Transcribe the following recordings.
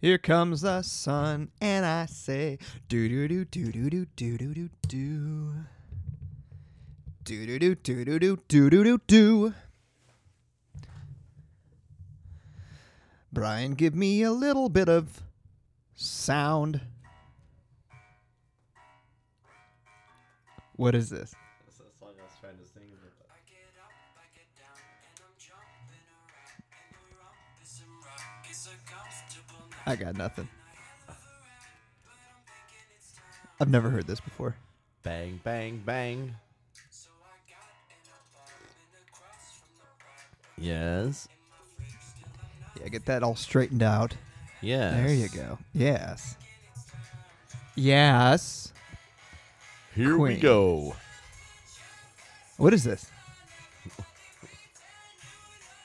Here comes the sun, and I say, do do do do do do do do do do. Do do do do do do do do do do. Brian, give me a little bit of sound. What is this? That's the song I was trying to sing. but- I got nothing. I've never heard this before. Bang, bang, bang. Yes. Yeah, get that all straightened out. Yes. There you go. Yes. Yes. Here Queen. we go. What is this?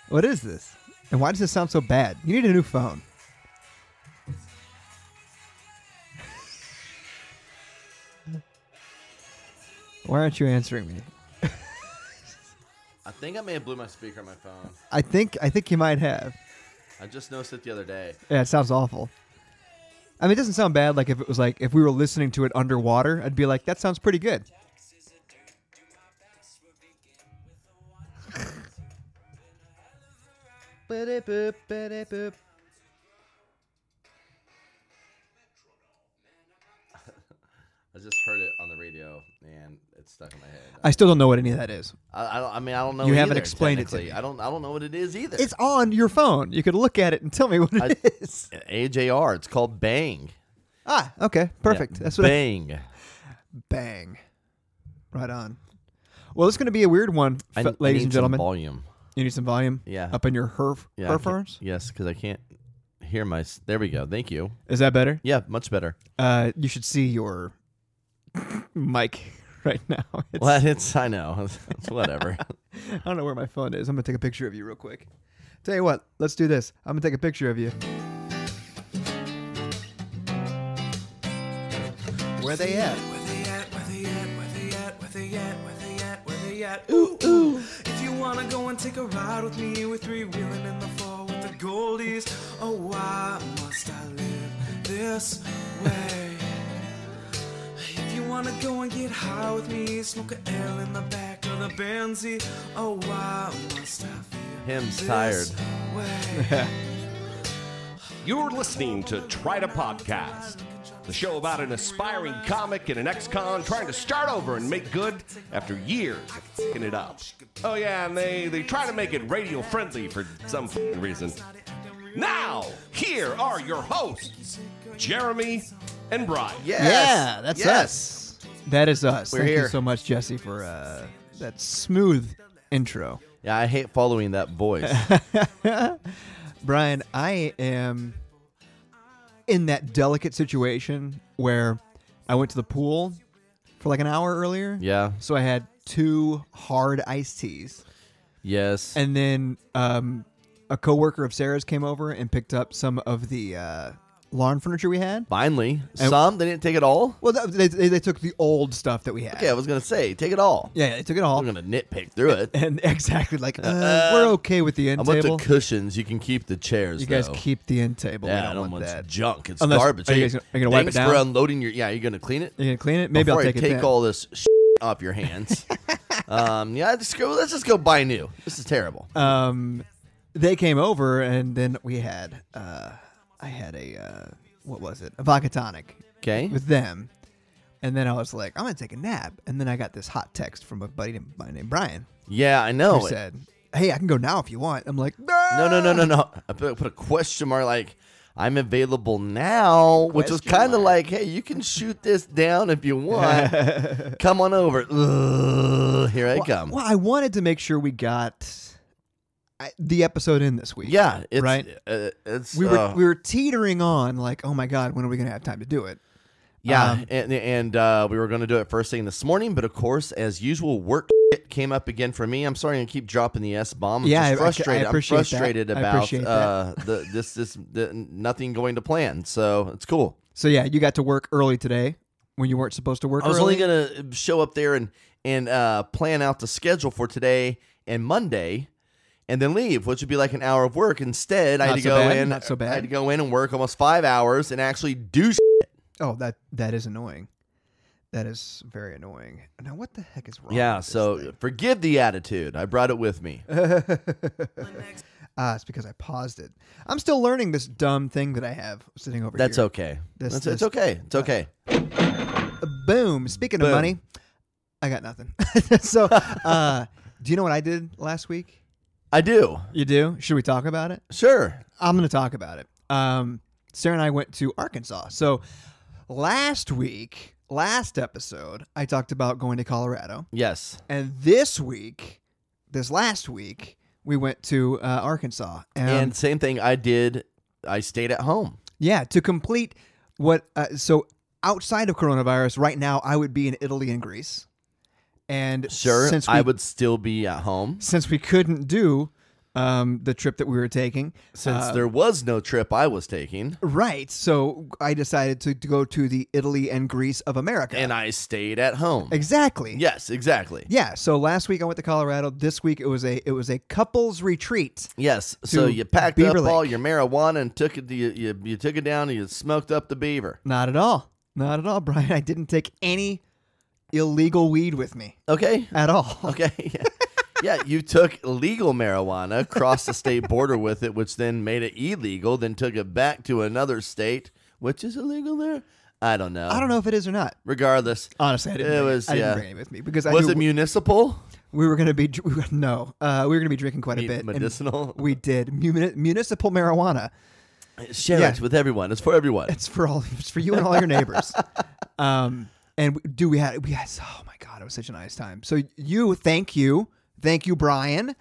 What is this? And why does this sound so bad? You need a new phone. Why aren't you answering me? I think I may have blew my speaker on my phone. I think I think you might have. I just noticed it the other day. Yeah, it sounds awful. I mean, it doesn't sound bad. Like if it was like if we were listening to it underwater, I'd be like, that sounds pretty good. Ba-da-boop, ba-da-boop. I just heard it on the radio and it's stuck in my head. I still don't know what any of that is. I, I, don't- I mean, I don't know. You haven't either, explained it to technically. me. I don't. I don't know what it is either. It's on your phone. You could look at it and tell me what it I- is. AJR. It's called Bang. Ah, okay, perfect. Yeah, That's what. I- Bang. bang, right on. Well, it's going to be a weird one, I fe- n- I ladies need and some gentlemen. volume. you need some volume. Yeah. Up in your herf Yeah, I can't- herfers. Yes, because I can't hear my. s- There we go. Thank you. Is that better? Yeah, much better. Uh, you should see your mic right now. It's, Well, it's. I know. It's whatever. I don't know where my phone is. I'm gonna take a picture of you real quick. Tell you what, let's do this. I'm gonna take a picture of you. Where they at? Ooh, ooh. If you wanna go and take a ride with me, we're three wheeling in the fall with the goldies. Oh, why must I live this way? If you wanna go and get high with me, smoke a L in the back of the Benzie. Oh, why must I feel Him's tired. this way? You're listening to Try to Podcast, the show about an aspiring comic and an ex con trying to start over and make good after years of fing it up. Oh, yeah, and they, they try to make it radio friendly for some fing reason. Now, here are your hosts, Jeremy and Brian. Yeah, that's yes. us. That is us. We're Thank you here. so much, Jesse, for uh, that smooth intro. Yeah, I hate following that voice. Brian, I am in that delicate situation where I went to the pool for like an hour earlier. yeah. So I had two hard iced teas. Yes. And then um, a coworker of Sarah's came over and picked up some of the uh, lawn furniture we had. finally, some they didn't take it all. Well, that- they, they, they took the old stuff that we had. Okay, I was gonna say take it all. Yeah, they took it all. I'm gonna nitpick through it. And exactly like, uh, Uh, we're okay with the end I'm table. up to cushions. You can keep the chairs. you guys though. keep the end table. Yeah, we don't, I don't want want that. junk. It's Unless- garbage. are you Hey, guys gonna- are you gonna wipe it thanks for down? unloading your. Yeah, you're gonna clean it. you gonna clean it? Maybe Before I'll take I it take then. all this sh- off your hands. um, yeah, just go. Let's just go buy new. This is terrible. um, they came over and then we had uh, I had a uh, what was it a vodka tonic Okay. with them, and then I was like I'm gonna take a nap, and then I got this hot text from a buddy named, by named Brian Yeah, I who know. it. said, "Hey, I can go now if you want." I'm like, "No, Oh, No, no, no, no, no. I put, put a question mark like. I'm available now, which was Question kind of like, hey, you can shoot this down if you want. come on over. Ugh, here I Well, come. "Ah!" Well, I wanted to make sure we got I, the episode in this week. Yeah, it's, right. Uh, it's We were uh, we were teetering on like, oh my god, when are we gonna have time to do it? yeah, um, and, and uh, we were going to do it first thing this morning, but of course, as usual, work came up again for me. I'm sorry, I keep dropping the s bomb. Yeah, I- I I'm c- I just frustrated. I'm appreciate that. frustrated I about appreciate that. uh, the this this the, nothing going to plan. So it's cool. So yeah, you got to work early today when you weren't supposed to work. I was early. only going to show up there and and uh, plan out the schedule for today and Monday, and then leave, which would be like an hour of work. Instead, I had Not to so go bad, in. not so I bad. had to go in and work almost five hours and actually do. s***. Oh, that that is annoying. That is very annoying. Now, what the heck is wrong? Yeah, with this so thing? forgive the attitude. I brought it with me. ah, it's because I paused it. I'm still learning this dumb thing that I have sitting over That's here. okay. This- That's, this- uh, it's okay. It's okay. okay. Boom. Speaking Boom. of money, I got nothing. so, uh, do you know what I did last week? I do. You do? Should we talk about it? Sure. I'm going to talk about it. Um, Sarah and I went to Arkansas. So last week, last episode, I talked about going to Colorado. Yes. And this week, this last week, we went to uh, Arkansas. And, and same thing I did. I stayed at home. yeah, to complete what, uh, so outside of coronavirus, right now, I would be in Italy and Greece. And Sure. since we, I would still be at home. since we couldn't do um, the trip that we were taking, Since Uh, there was no trip I was taking. Right. So I decided to, to go to the Italy and Greece of America. And I stayed at home. exactly. Yes, exactly. Yeah. So last week I went to Colorado. This week it was a it was a couples retreat. Yes. So To you packed Beaver up all Lake. your marijuana and took it. You, you you took it down and you smoked up the beaver. Not at all. Not at all, Brian. I didn't take any illegal weed with me Okay. at all. Okay. Yeah. yeah. You took legal marijuana, crossed the state border with it, which then made it illegal. Then took it back to another state, which is illegal there. I don't know. I don't know Uh, if it is or not. Regardless, Honestly, I didn't. It bring was- I didn't yeah. bring any with me because I was knew it municipal? we were going to be dr- we were- no, uh, we were going to be drinking quite a Me- bit. and medicinal? We did Muni- municipal marijuana. Share Yeah. it with everyone. It's for everyone. It's for all. It's for you and all your neighbors. um, and we- do we had we had? Oh my god, it was such a nice time. So you, thank you, thank you, Brian,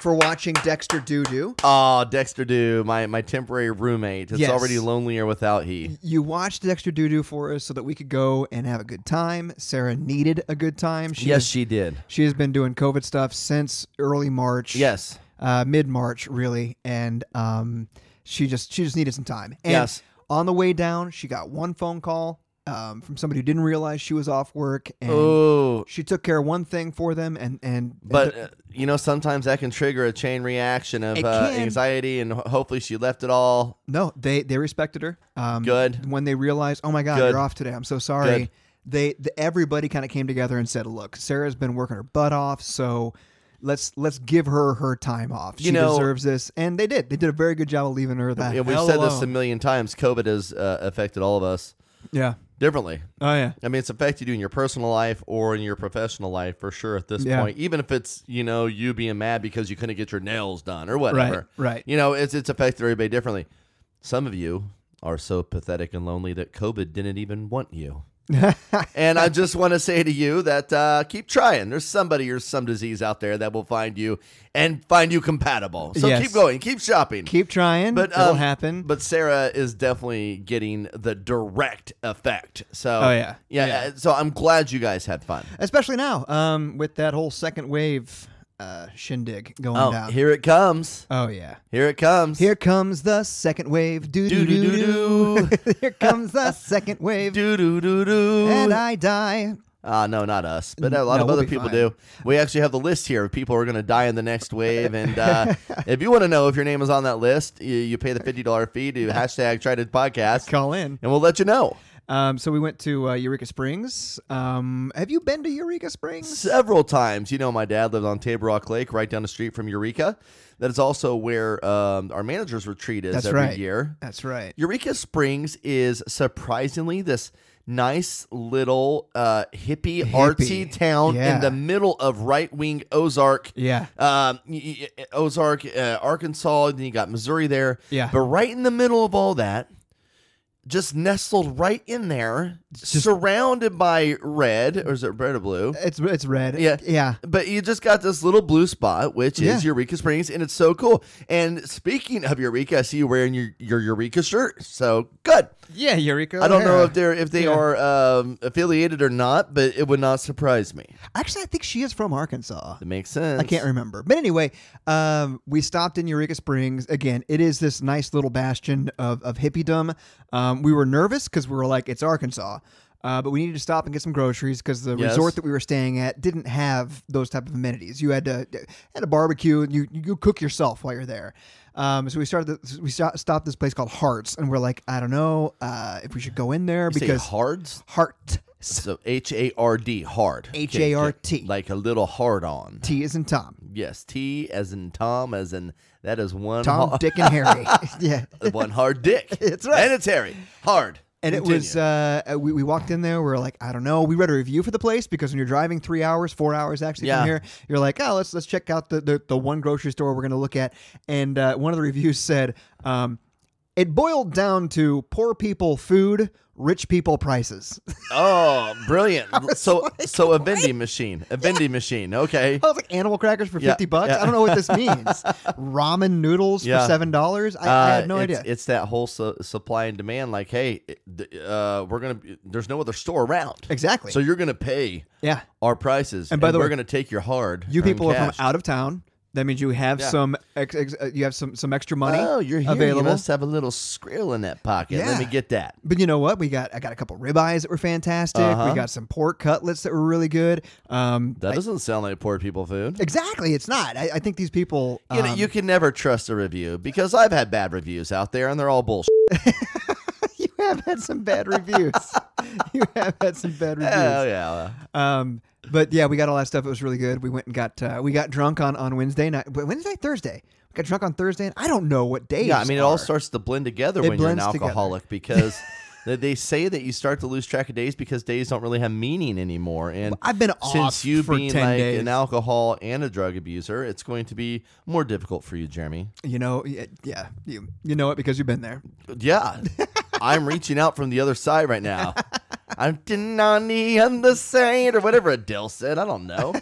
for watching Dexter Doo Doo. Oh, Dexter Do, my, my temporary roommate. It's Yes. already lonelier without he. You watched Dexter Doo Doo for us so that we could go and have a good time. Sarah needed a good time. She yes, has- she did. she has been doing COVID stuff since early March. Yes. uh, mid March really, and um, she just she just needed some time. And Yes. On the way down, she got one phone call um, from somebody who didn't realize she was off work, and Oh, she took care of one thing for them, and and but uh, you know sometimes that can trigger a chain reaction of It uh, can. anxiety, and ho- hopefully she left it all. no, they they respected her. Um, Good. When they realized, oh my God, Good. you're off today. I'm so sorry. Good. They the, everybody kind of came together and said, look, Sarah's been working her butt off, so. Let's let's give her her time off. She You know- deserves this, and they did. They did a very good job of leaving her that. Yeah, we've said this a million times. COVID has uh, affected all of us yeah. differently. Oh yeah. I mean, it's affected you in your personal life or in your professional life for sure at this Yeah. point. Even if it's you know you being mad because you couldn't get your nails done or whatever, right. You know, it's it's affected everybody differently. Some of you are so pathetic and lonely that COVID didn't even want you. and I just want to say to you that uh, keep trying. There's somebody or some disease out there that will find you and find you compatible. So Yes. keep going, keep shopping, Keep trying. But it'll um, happen. But Sarah is definitely getting the direct effect. So Oh, yeah. yeah. Yeah. uh, So I'm glad you guys had fun. especially now, um, with that whole second wave uh, shindig going Oh, down. here it comes. oh yeah. Here it comes. Here comes the second wave. Do do do Doo-doo-doo-doo. do. Here comes the second wave. Do do do do. And I die. Uh, no, not us, but a lot No, of we'll other be people fine. do. We actually have the list here of people who are going to die in the next wave. And uh, if you want to know if your name is on that list, you, you pay the $50 fee to hashtag try to podcast, Call in. and we'll let you know. Um, so we went to uh, Eureka Springs. Um, have you been to Eureka Springs? several times. You know, my dad lived on Table Rock Lake, right down the street from Eureka. That is also where um, our managers retreat is That's every right. year. That's right. Eureka Springs is surprisingly this nice little uh, hippie, artsy town Yeah. in the middle of right wing Ozark. Yeah. Um, y- y- Ozark, uh, Arkansas, and then you got Missouri there. Yeah. But right in the middle of all that, just nestled right in there, surrounded by red, or is it red or blue? It's it's red. Yeah. Yeah. But you just got this little blue spot, which Yeah. is Eureka Springs, and it's so cool. And speaking of Eureka, I see you wearing your, your Eureka shirt, so good. Yeah. Eureka. I don't know O'Hara. if they're if they Oh, Yeah. are um, affiliated or not, but it would not surprise me. Actually, I think she is from Arkansas. That makes sense. I can't remember. But anyway, um, we stopped in Eureka Springs. Again, it is this nice little bastion of, of hippiedom. Um, we were nervous because we were like, it's Arkansas. Uh, but we needed to stop and get some groceries because the Yes. resort that we were staying at didn't have those type of amenities. You had to had a barbecue and you you cook yourself while you're there. Um, so we started the, we sto- stopped this place called Hearts and we're like I don't know uh, if we should go in there Because because hards. Heart So H A R D hard. Okay, H A R T. okay. Like a little hard on. T is in Tom Yes, T as in Tom as in that is one Tom hard, Dick and Harry yeah one hard dick. It's right. And it's Harry. Hard. And it Continue. was uh, we, we walked in there. We are like, I don't know. We read a review for the place because when you're driving three hours, four hours actually Yeah. from here, you're like, oh, let's let's check out the the, the one grocery store we're going to look at. And uh, one of the reviews said, um, it boiled down to poor people food, rich people prices. Oh, brilliant! So, so a vending machine, a vending machine. Okay, I was like, animal crackers for Yeah, fifty bucks. yeah. I don't know what this means. Ramen noodles Yeah. for seven dollars. I, I Uh, had no it's, idea. It's that whole su- supply and demand. Like, hey, it- th- uh, we're gonna. There's no other store around. Exactly. So you're gonna pay yeah. our prices, And by the we're way, gonna take your hard. You earned people are cash. from out of town. That means you have Yeah. some ex, ex, uh, you have some some extra money. Oh, you're here. available. You must have a little skrill in that pocket. Let Yeah. me get that. But you know what? We got I got a couple ribeyes that were fantastic. Uh-huh. We got some pork cutlets that were really good. Um, That doesn't sound like poor people food. exactly. It's not. I, I think these people. You, know, um, you can never trust a review because I've had bad reviews out there, and they're all bullshit. you have had some bad reviews. you have had some bad reviews. Oh yeah. Um, but yeah, we got all that stuff. It was really good. We went and got uh, we got drunk on on Wednesday night. but Wednesday, Thursday. We got drunk on Thursday, and I don't know what days. Yeah, I mean, it all are. starts to blend together It when you're an blends together. alcoholic because they, they say that you start to lose track of days because days don't really have meaning anymore. And I've been since off you for being 10 like days. an alcohol and a drug abuser, it's going to be more difficult for you, Jeremy. You know, yeah, yeah, you you know it because you've been there. Yeah, I'm reaching out from the other side right now. I'm sitting on the other side, or whatever Adele said. I don't know.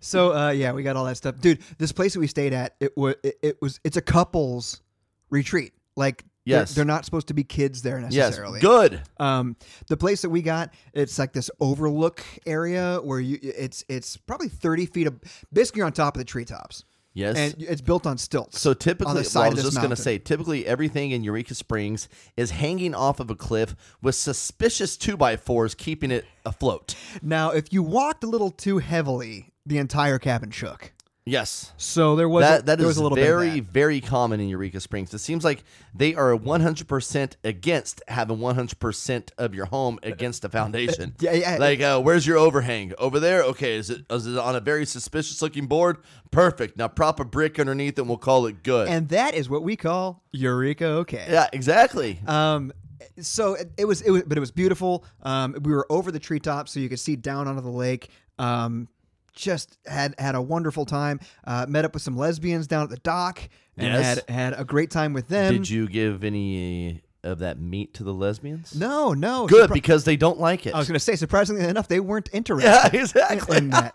So uh, yeah, we got all that stuff, dude. This place that we stayed at, it was it, it was it's a couples retreat. Like they're- Yes. they're, not supposed to be kids there yes, necessarily. good. Um, the place that we got, it's like this overlook area where you it's it's probably thirty feet of basically you're on top of the treetops. Yes. and it's built on stilts. So typically, on the well, side I of was this just going to mountain. say, typically everything in Eureka Springs is hanging off of a cliff with suspicious two by fours keeping it afloat. Now, if you walked a little too heavily, the entire cabin shook. Yes. So there was That, that there was is a little bit of very, that. very common in Eureka Springs. It seems like they are 100% against having 100% of your home against a foundation. yeah, yeah. Like, uh, where's your overhang? Over there? Okay. Is it, is it on a very suspicious looking board? Perfect. Now prop a brick underneath and we'll call it good. and that is what we call Eureka. Okay. yeah, exactly. Um, so it, it was, it was, but it was beautiful. Um, we were over the treetops, so you could see down onto the lake. Um, just had had a wonderful time. Uh, met up with some lesbians down at the dock, and Yes. had had a great time with them. Did you give any of that meat to the lesbians? No, no, Good surpri- because they don't like it. I was going to say, surprisingly enough, they weren't yeah, interested exactly. in that.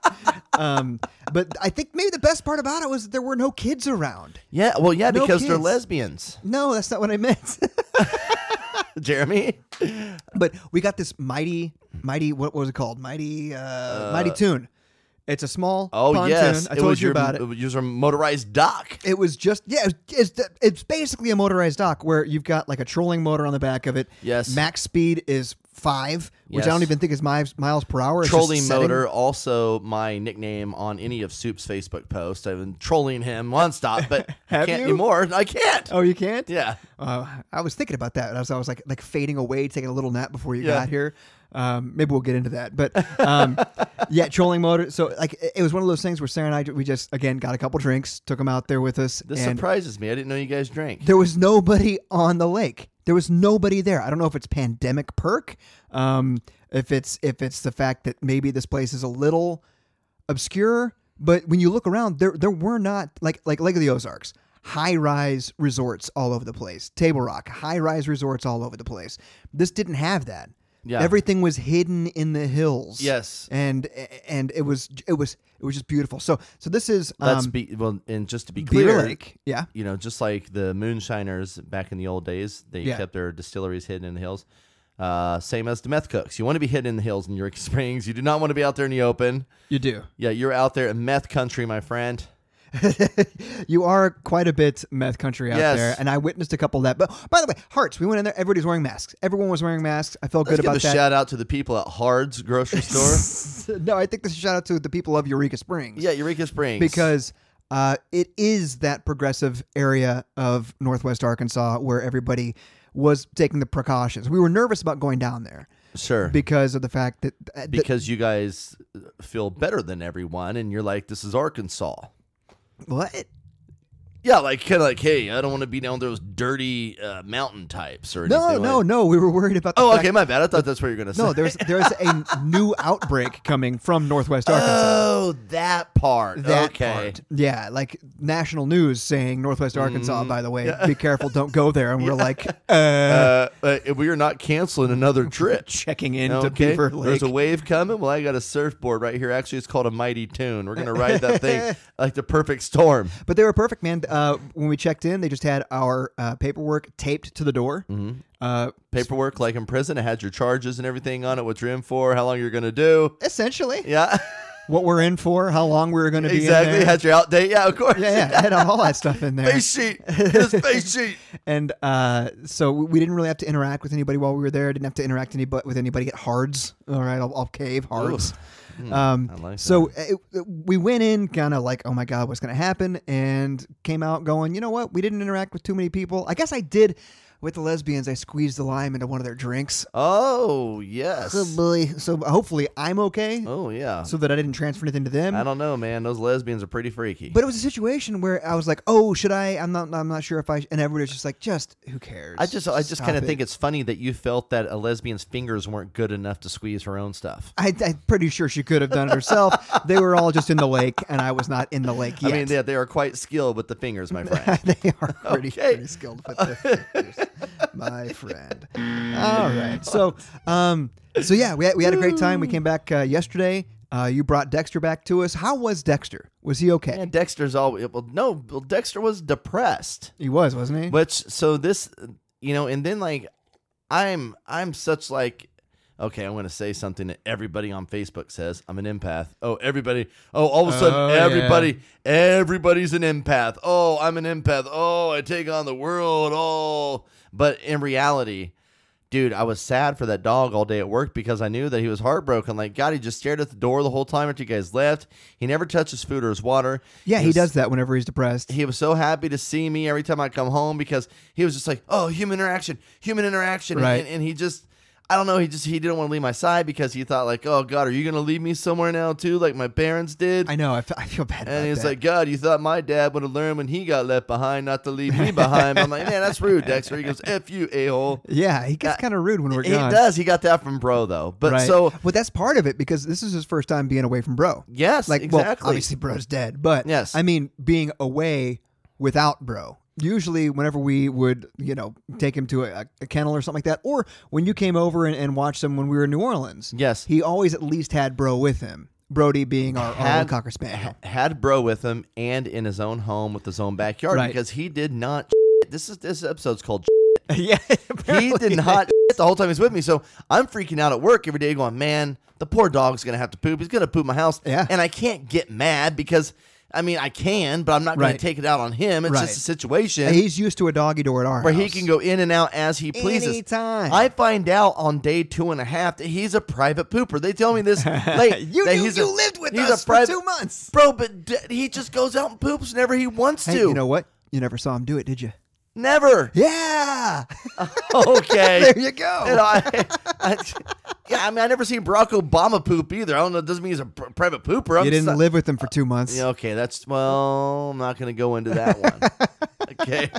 Um, but I think maybe the best part about it was that there were no kids around. Yeah, well, yeah, No because they're kids. lesbians, No, that's not what I meant. Jeremy. But we got this mighty, mighty. What was it called? Mighty, uh, mighty tune. It's a small Oh pontoon. yes, I it told was you your, about it. was your motorized dock. It was just yeah. It was, it's the- it's basically a motorized dock where you've got like a trolling motor on the back of it. Yes. Max speed is five, which Yes. I don't even think is miles miles per hour. It's just Trolling setting- motor, also my nickname on any of Soup's Facebook posts. I've been trolling him nonstop, but I Have can't you? anymore. I can't. Oh, you can't. Yeah, Uh, I was thinking about that. I was, I was like like fading away, taking a little nap before you Yeah. got here. Um, maybe we'll get into that, but um, yeah, trolling motor. So like it- it was one of those things where Sarah and I we just again got a couple drinks, took them out there with us. this and surprises me. I didn't know you guys drank. There was nobody on the lake. There was nobody there. I don't know if it's pandemic perk, um, if it's if it's the fact that maybe this place is a little obscure. But when you look around, there there were not like like Lake of the Ozarks, high rise resorts all over the place. Table Rock, high rise resorts all over the place. This didn't have that. Yeah. everything was hidden in the hills. Yes. and and it was it was it was just beautiful. So so this is Let's um, be well, and just to be Beaver clear, Lake. Yeah, you know, just like the moonshiners back in the old days, they Yeah. kept their distilleries hidden in the hills. Uh, same as the meth cooks. You want to be hidden in the hills in Eureka Springs. You do not want to be out there in the open. you do. Yeah, you're out there in meth country, my friend. you are quite a bit meth country out Yes. there, and I witnessed a couple of that. But by the way, Hearts, we went in there. Everybody's wearing masks. Everyone was wearing masks. I felt Let's good give about a that. shout out to the people at Hard's grocery store. no, I think this is a shout out to the people of Eureka Springs. yeah, Eureka Springs. because uh, it is that progressive area of Northwest Arkansas where everybody was taking the precautions. We were nervous about going down there sure, because of the fact that uh, th- because you guys feel better than everyone, and you're like, this is Arkansas. what Yeah, like kind of like, hey, I don't want to be down those dirty uh, mountain types or anything. no like- no no we were worried about the Oh, fact- okay, my bad. I thought that's what you were gonna say. no there's there's a new outbreak coming from Northwest Arkansas. Oh, that part. that okay. part. Yeah, like national news saying Northwest Arkansas, Mm. by the way, be careful, don't go there. And we're like, Uh, uh, we are not canceling another trip. Checking into okay? Beaver There's a Lake. wave coming. Well, I got a surfboard right here. Actually, it's called a mighty tune. We're gonna ride that thing like the perfect storm. But they were perfect, man. Uh, when we checked in, they just had our uh, paperwork taped to the door. Mm-hmm. Uh, Paperwork like in prison. It had your charges and everything on it. What you're in for. How long you're gonna do. essentially, Yeah, what we're in for, how long we were going to be exactly. in there. Had your out date. Yeah, of course. yeah, yeah, had all that stuff in there. Face sheet. His face sheet. And uh, so we we didn't really have to interact with anybody while we were there. Didn't have to interact any, with anybody at Hards. All right, I'll, I'll cave Hards. Um, Hmm, like so it, it- we went in kind of like, oh my god, what's going to happen? And came out going, you know what? We didn't interact with too many people. I guess I did with the lesbians. I squeezed the lime into one of their drinks. Oh yes. So, boy, so hopefully I'm okay, Oh yeah. so that I didn't transfer anything to them. I don't know, man. Those lesbians are pretty freaky. But it was a situation where I was like, "Oh, should I? I'm not. I'm not sure if I." sh-" And everybody's just like, "Just who cares?" I just I just Stop kind of it." think it's funny that you felt that a lesbian's fingers weren't good enough to squeeze her own stuff. I, I'm pretty sure she could have done it herself. they were all just in the lake, and I was not in the lake yet. I mean, they, they are quite skilled with the fingers, my friend. they are pretty, Okay. pretty skilled with their fingers, my friend. All right. So, um, so yeah, we had, we had a great time. We came back uh, yesterday. Uh, you brought Dexter back to us. How was Dexter? Was he okay? and Dexter's all well, no, well, Dexter was depressed. He was, wasn't he? Which so this, you know, and then like, I'm I'm such like. Okay, I'm going to say something that everybody on Facebook says. I'm an empath. Oh, everybody. Oh, all of a sudden, Oh, yeah. everybody, everybody's an empath. Oh, I'm an empath. Oh, I take on the world. Oh, but in reality, dude, I was sad for that dog all day at work because I knew that he was heartbroken. Like, God, he just stared at the door the whole time after you guys left. He never touched his food or his water. yeah, he was- does that whenever he's depressed. he was so happy to see me every time I come home because he was just like, oh, human interaction, human interaction. And- Right. And, and he just, I don't know, he just, he didn't want to leave my side because he thought, like, oh, God, are you going to leave me somewhere now too, like my parents did? I know. I fe- I feel bad. about and he's that. like, God, you thought my dad would have learned when he got left behind not to leave me behind. I'm like, man, that's rude, Dexter. He goes, F you, a hole. Yeah, he gets Uh, kind of rude when we're He gone. does. He got that from Bro, though. But right? so, but that's part of it because this is his first time being away from Bro. yes, like, well, exactly. obviously Bro's dead, but Yes. I mean being away without Bro. Usually, whenever we would, you know, take him to a, a kennel or something like that, or when you came over and, and watched him when we were in New Orleans, Yes. he always at least had Bro with him. Brody being our, our Had- old cocker spaniel. had bro with him and in his own home with his own backyard Right. because he did not this is this episode's called yeah, he did not the whole time he's with me so i'm freaking out at work every day going man the poor dog's gonna have to poop he's gonna poop my house Yeah. and i can't get mad because i mean i can but i'm not gonna Right. take it out on him it's Right. just a situation He's used to a doggy door at our where he house. can go in and out as he pleases. Anytime. I find out on day two and a half that he's a private pooper. They tell me this late. You that knew he's you a- lived with he's us a for private, two months. bro. But d- he just goes out and poops whenever he wants Hey, to. you know what? You never saw him do it, did you? Never. Yeah. Okay. there you go. You know, I, I- yeah, I mean, I never seen Barack Obama poop either. I don't know. It doesn't mean he's a pr- private pooper. I'm you didn't so- live with him for two months. Yeah, okay, that's well. I'm not going to go into that one. okay.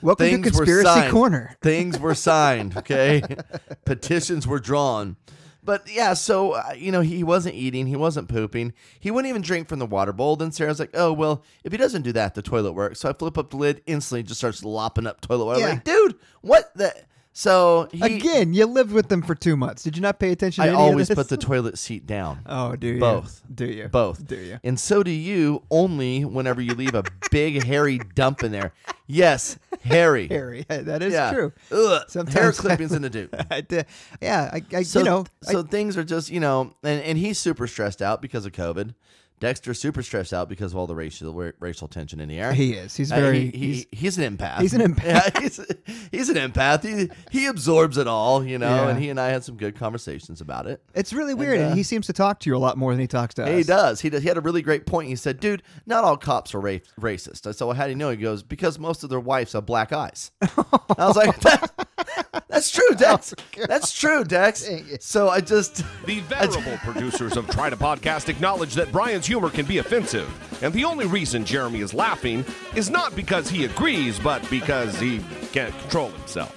Welcome Things to were Conspiracy signed. Corner. Things were signed. Okay. Petitions were drawn. But yeah, so uh, you know he wasn't eating, he wasn't pooping, he wouldn't even drink from the water bowl. Then Sarah's like, "Oh well, if he doesn't do that, the toilet works." So I flip up the lid, instantly just starts lopping up toilet water. Yeah. Like, dude, what the? So he, Again, you lived with them for two months. Did you not pay attention? I to any always of this? put the toilet seat down. Oh, do you? Both. Do you? Both. Do you? And so do you only whenever you leave a big hairy dump in there. Yes, hairy. Harry, that is yeah. true. Ugh. hair Sometimes I clippings in the dude. I did. Yeah, I, I So, you know, I- so things are just, you know, and, and he's super stressed out because of COVID. Dexter's super stressed out because of all the racial ra- racial tension in the air. He is. He's Uh, very- he- he- he's- he's an empath. He's an empath. Yeah, he's, he's an empath. He he absorbs it all, you know. Yeah. And he and I had some good conversations about it. It's really weird, and, uh, he seems to talk to you a lot more than he talks to us. He does. He does. He had a really great point. He said, "Dude, not all cops are ra- racist." I said, "Well, how do you know?" He goes, "Because most of their wives have black eyes." I was like, that, "That's true, Dex. Oh, That's true, Dex." So I just The venerable producers of Try to Podcast acknowledge that Brian's humor can be offensive, and the only reason Jeremy is laughing is not because he agrees, but because he can't control himself.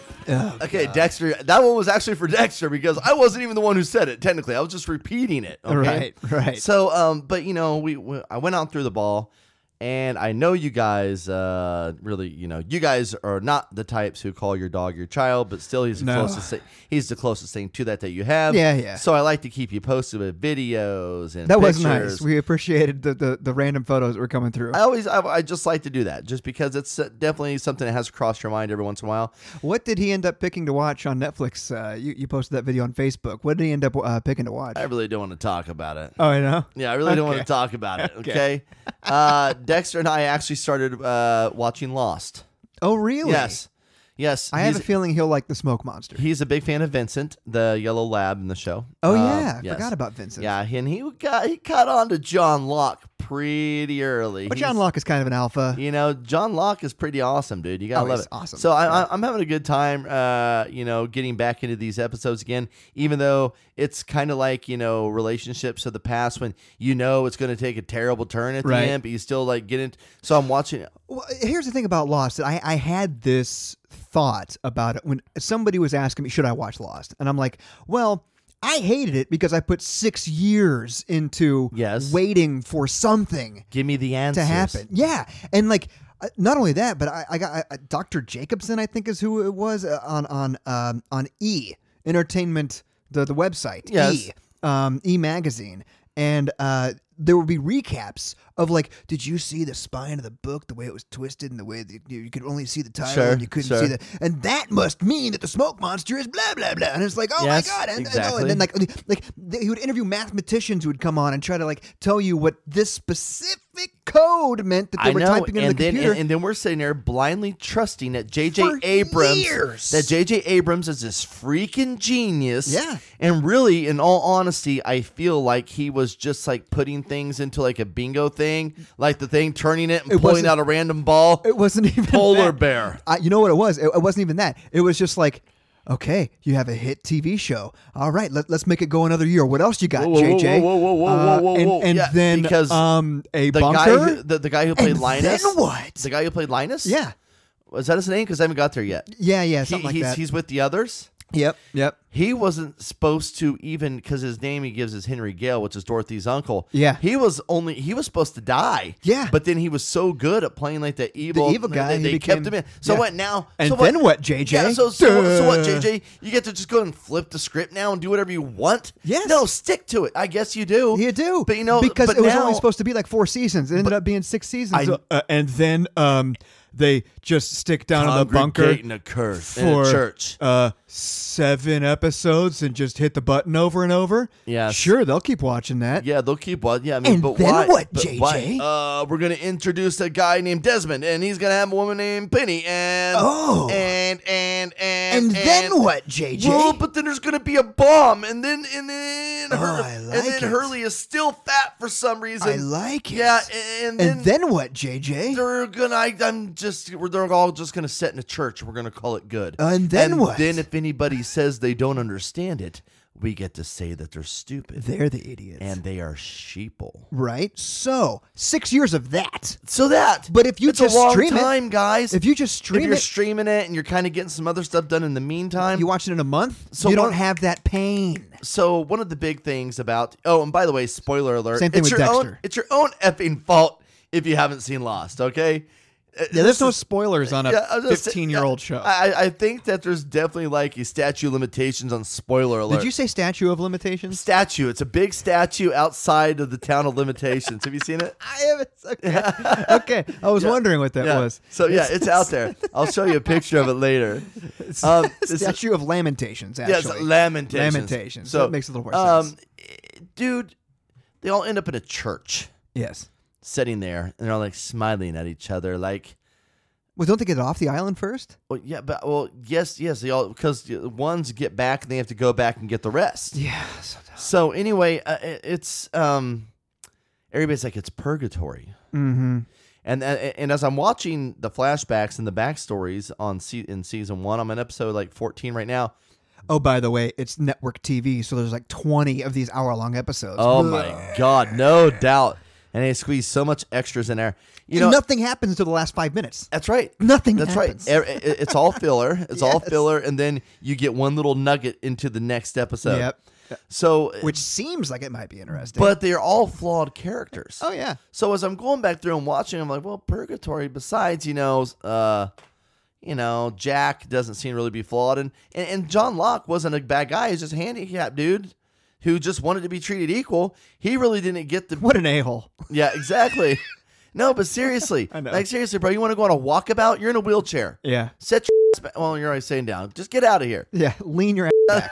okay, Dexter. That one was actually for Dexter because I wasn't even the one who said it. Technically, I was just repeating it. okay? Right, right. So, um, but you know, we, we I went out through the ball, and I know you guys, uh, really, you know, you guys are not the types who call your dog your child, but still, he's the No. closest. Thing, he's the closest thing to that that you have. Yeah, yeah. So I like to keep you posted with videos and That was pictures. Uh, nice. We appreciated the, the, the random photos that were coming through. I always, I, I just like to do that, just because it's uh, definitely something that has crossed your mind every once in a while. what did he end up picking to watch on Netflix? Uh, you, you posted that video on Facebook. What did he end up uh, picking to watch? I really don't want to talk about it. oh, I know. Yeah, I really don't want to Okay. talk about it. Okay. Uh, Dexter and I actually started uh, watching Lost. Oh, really? Yes. Yes. I have a he's- feeling he'll like the Smoke Monster. He's a big fan of Vincent, the yellow lab in the show. Oh Um, yeah, I yes. forgot about Vincent. Yeah, he- and he got he caught on to John Locke pretty early. but John He's- Locke is kind of an alpha. You know, John Locke is pretty awesome, dude. You gotta Oh, love he's it. awesome. So I, I, I'm having a good time, uh, you know, getting back into these episodes again. Even though it's kind of like you know relationships of the past when you know it's going to take a terrible turn at Right. the end, but you still like get in. So I'm watching. Well, here's the thing about Lost that I, I had this thought about it when somebody was asking me, should I watch Lost? And I'm like, well, I hated it because I put six years into Yes. waiting for something Give me the answers to happen. Yeah, and like uh, not only that, but I, I got I, I- Dr. Jacobson, I think is who it was uh, on on um, on E Entertainment, the the website, Yes. E um, E Magazine, and uh, there would be recaps of like, did you see the spine of the book, the way it was twisted, and the way that you, you could only see the title Sure, and you couldn't sure. see the, and that must mean that the smoke monster is blah blah blah, and it's like, oh Yes, my god, and, and- oh, exactly. and then like like like th- he would interview mathematicians who would come on and try to like tell you what this specific code meant that they I were know, typing into and the then computer. and, and then we're sitting there blindly trusting that J.J. For Abrams, years. that J.J. Abrams is this freaking genius. Yeah. and really, in all honesty, I feel like he was just like putting things into like a bingo thing, like the thing turning it and It pulling wasn't- out a random ball. it wasn't even polar that. bear. I, you know what it was? It, it wasn't even that. It was just like. Okay, you have a hit TV show. All right, let, let's make it go another year. What else you got, Whoa, whoa, JJ? whoa, whoa, whoa, Uh, whoa, whoa, and whoa. and Yeah, then because um, a The bunker. guy, who, the, the guy who played And Linus. then what? The guy who played Linus. yeah, was that his name? Because I haven't got there yet. yeah, yeah, He, something like he's, that. he's with the others. yep, yep. he wasn't supposed to even because his name he gives is Henry Gale, which is Dorothy's uncle. Yeah. he was only he was supposed to die. Yeah. but then he was so good at playing like the evil, evil guy, They, he they became- kept him in. So yeah. what now? And so then what, JJ? Yeah, so so, what- so what, Duh. JJ? You get to just go and flip the script now and do whatever you want. Yes. no, stick to it. I guess you do. You do, but you know because but it was now- only supposed to be like four seasons. It ended up being six seasons, I- So- uh, and then um, they just stick down in the bunker Congregate in a curse in a for church. uh seven episodes and just hit the button over and over. Yes. sure, they'll keep watching that. Yeah, they'll keep one. Yeah, I mean, And but then why? what, but JJ? why? Uh, we're gonna introduce a guy named Desmond, and he's gonna have a woman named Penny, and Oh. and and and and, then what, JJ? Well, but then there's gonna be a bomb, and then and then Oh, Hur- I and like then it. Hurley is still fat for some reason. I like it. Yeah, and, and then what, JJ? they're gonna. I, I'm just. We're, they're all just gonna sit in a church. and We're gonna call it good. And then what? Then if anybody says they don't understand it, we get to say that they're stupid They're the idiots, and they are sheeple. right? So six years of that. So that. But if you it's just a long stream it- time, guys. If you just if stream you're it, streaming it and you're kind of getting some other stuff done in the meantime, you watch it in a month. So you one- don't have that pain. so one of the big things about oh, and by the way, spoiler alert. Same thing it's with your Own, Dexter. it's your own effing fault if you haven't seen Lost. Okay. Uh, Yeah, there's no spoilers on a yeah, I was gonna say- 15 year old show. I, I- I think that there's definitely like a statute of limitations on spoiler alert. Did you say statue of limitations? statue? It's a big statue outside of the town of limitations. Have you seen it? I haven't. Okay. okay. I was wondering what that Yeah. was. So yeah, it's out there. I'll show you a picture of it later. Um, this- Statue of Lamentations, yeah, it's actually. lamentations. um, Lamentations. That makes a little more sense. dude, they all end up in a church. Yes. sitting there and they're all like smiling at each other like Well, don't they get off the island first? well yeah but well yes yes they all because ones get back and they have to go back and get the rest Yeah. so anyway uh, it- it's um everybody's like it's purgatory Mm-hmm. and uh, and as i'm watching the flashbacks and the backstories on se- in season one i'm on episode like 14 right now Oh, by the way, it's network TV, so there's like 20 of these hour-long episodes. oh Ugh. my god no doubt and they squeeze so much extras in there you know Eh. and nothing happens to the last five minutes. That's right. Nothing That's happens. right. E- e- It's all filler. It's all Yes. filler, and then you get one little nugget into the next episode. Yep. So, Which seems like it might be interesting. but they're all flawed characters. oh yeah, So as I'm going back through and watching, I'm like, well, purgatory. Besides, you know, uh, you know, Jack doesn't seem to really be flawed, and and, and John Locke wasn't a bad guy. He's just a handicapped dude who just wanted to be treated equal. He really didn't get the what an a-hole. yeah, exactly. no, but seriously, know. like seriously, bro, you want to go on a walkabout? You're in a wheelchair. Yeah. Set your ass back. Well, you're already sitting down. Just get out of here. Yeah. Lean your ass.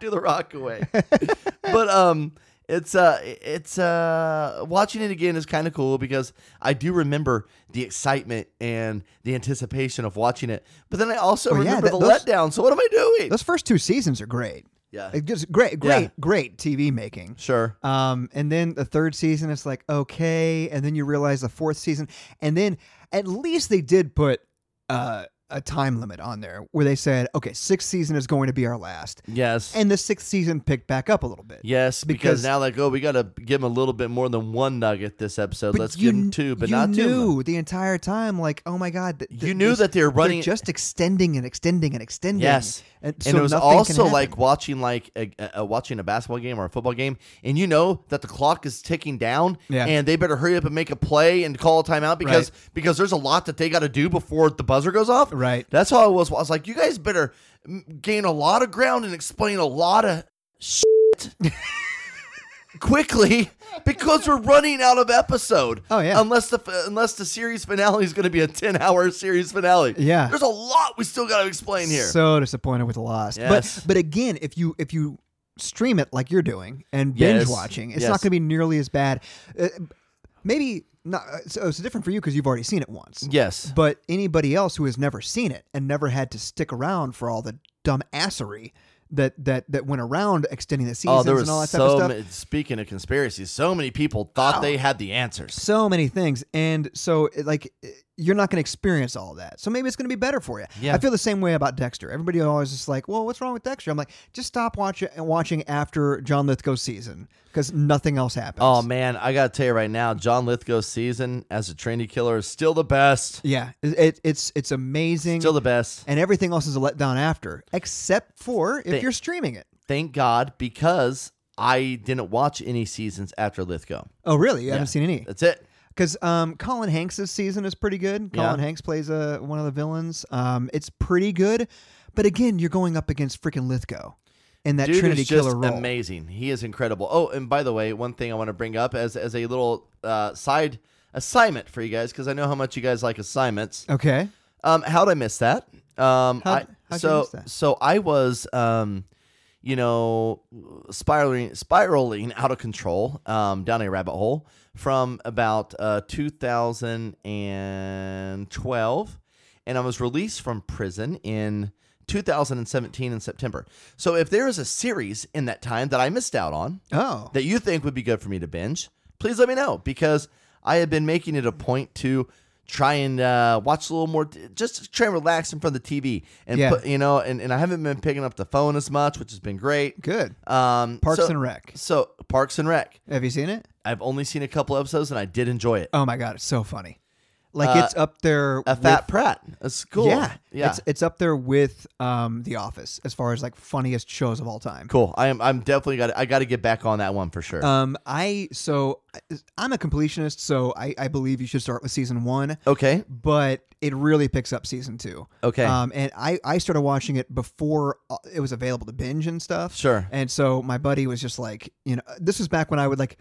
Do the rock away. but um, it's uh, it's uh, watching it again is kind of cool because I do remember the excitement and the anticipation of watching it. But then I also Well, yeah, remember that- the those- letdown. So what am I doing? Those first two seasons are great. Yeah. It gives great, great, Yeah. great TV making. Sure. Um, and then the third season, it's like okay, and then you realize the fourth season, and then at least they did put uh, a time limit on there where they said, okay, sixth season is going to be our last, Yes. and the sixth season picked back up a little bit. Yes, because, Because- now like, oh, we gotta give him a little bit more than one nugget this episode. But Let's you give him kn- two, but you not two. knew the entire time, like, oh my god, th- th- You knew this- that they were they're running- just extending and extending and extending. Yes, and, so it was nothing can also happen. like watching like a, a, a- watching a basketball game or a football game, and you know that the clock is ticking down, Yeah. and they better hurry up and make a play and call a timeout because because there's a lot that they got to do before the buzzer goes off. Right. That's how I was. I was like, you guys better mm, gain a lot of ground and explain a lot of quickly because we're running out of episode. Oh, yeah. Unless the unless the series finale is going to be a ten hour series finale. Yeah. There's a lot we still got to explain here. So disappointed with the loss. Yes. But but again, if you if you stream it like you're doing and Yes. binge watching, it's Yes. not going to be nearly as bad. Uh, maybe not. uh, So it's different for you because you've already seen it once. yes. But anybody else who has never seen it and never had to stick around for all the dumb assery that that that went around extending the seasons Oh, there was and all that so type of stuff. Oh. many. Speaking of conspiracies, so many people thought they had the answers. so many things and so it- like it- you're not going to experience all that so maybe it's going to be better for you Yeah. i feel the same way about dexter everybody always is like well what's wrong with dexter i'm like just stop watching and watching after john lithgow's season because nothing else happens Oh man, I gotta tell you right now, John Lithgow's season as a trendy killer is still the best. yeah it, it- it's it's amazing Still the best. and everything else is a letdown after except for if Thi- you're streaming it Thank God, because I didn't watch any seasons after Lithgow. oh really you haven't seen any That's it. because um, Colin Hanks' season is pretty good. Yeah. Colin Hanks plays uh, one of the villains. Um, it's pretty good, but again, you're going up against freaking Lithgow in that Dude Trinity is just Killer role. amazing. He is incredible. Oh, and by the way, one thing I want to bring up as as a little uh, side assignment for you guys because I know how much you guys like assignments. Okay, Um, how'd I miss that? Um, How'd- I, how'd you so miss that? so I was um, you know, spiraling spiraling out of control um, down a rabbit hole from about uh, 2012, and I was released from prison in 2017 in September. So if there is a series in that time that I missed out on, oh, that you think would be good for me to binge, please let me know because I have been making it a point to try and uh, watch a little more, just to try and relax in front of the TV. And, Yeah. put, you know, and, and I haven't been picking up the phone as much, which has been great. good. Um, Parks so- and Rec. So, Parks and Rec. Have you seen it? I've only seen a couple episodes and I did enjoy it. Oh my god, it's so funny. Like Uh, it's up there. a with- Fat Pratt. That's cool. Yeah, Yeah. It's, it's up there with um, The Office as far as like funniest shows of all time. cool. I am, I'm definitely got I got to get back on that one for sure. Um, I so I'm a completionist, so I, I believe you should start with season one. okay. but it really picks up season two. Okay. Um, and I, I started watching it before uh, it was available to binge and stuff. Sure. And so my buddy was just like, you know, this was back when I would like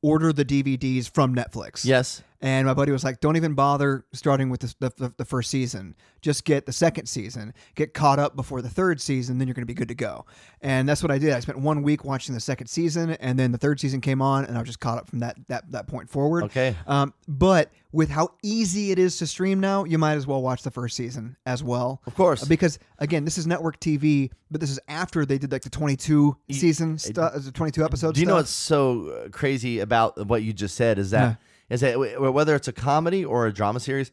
order the DVDs from Netflix. Yes. And my buddy was like, "Don't even bother starting with the, the, the first season. Just get the second season. Get caught up before the third season. Then you're going to be good to go." And that's what I did. I spent one week watching the second season, and then the third season came on, and I was just caught up from that that that point forward. Okay. Um, but with how easy it is to stream now, you might as well watch the first season as well. Of course. Because again, this is network TV, but this is after they did like the 22 season stuff, 22 episodes. Do you know what's so uh, crazy about what you just said is that is that w- whether it's a comedy or a drama series,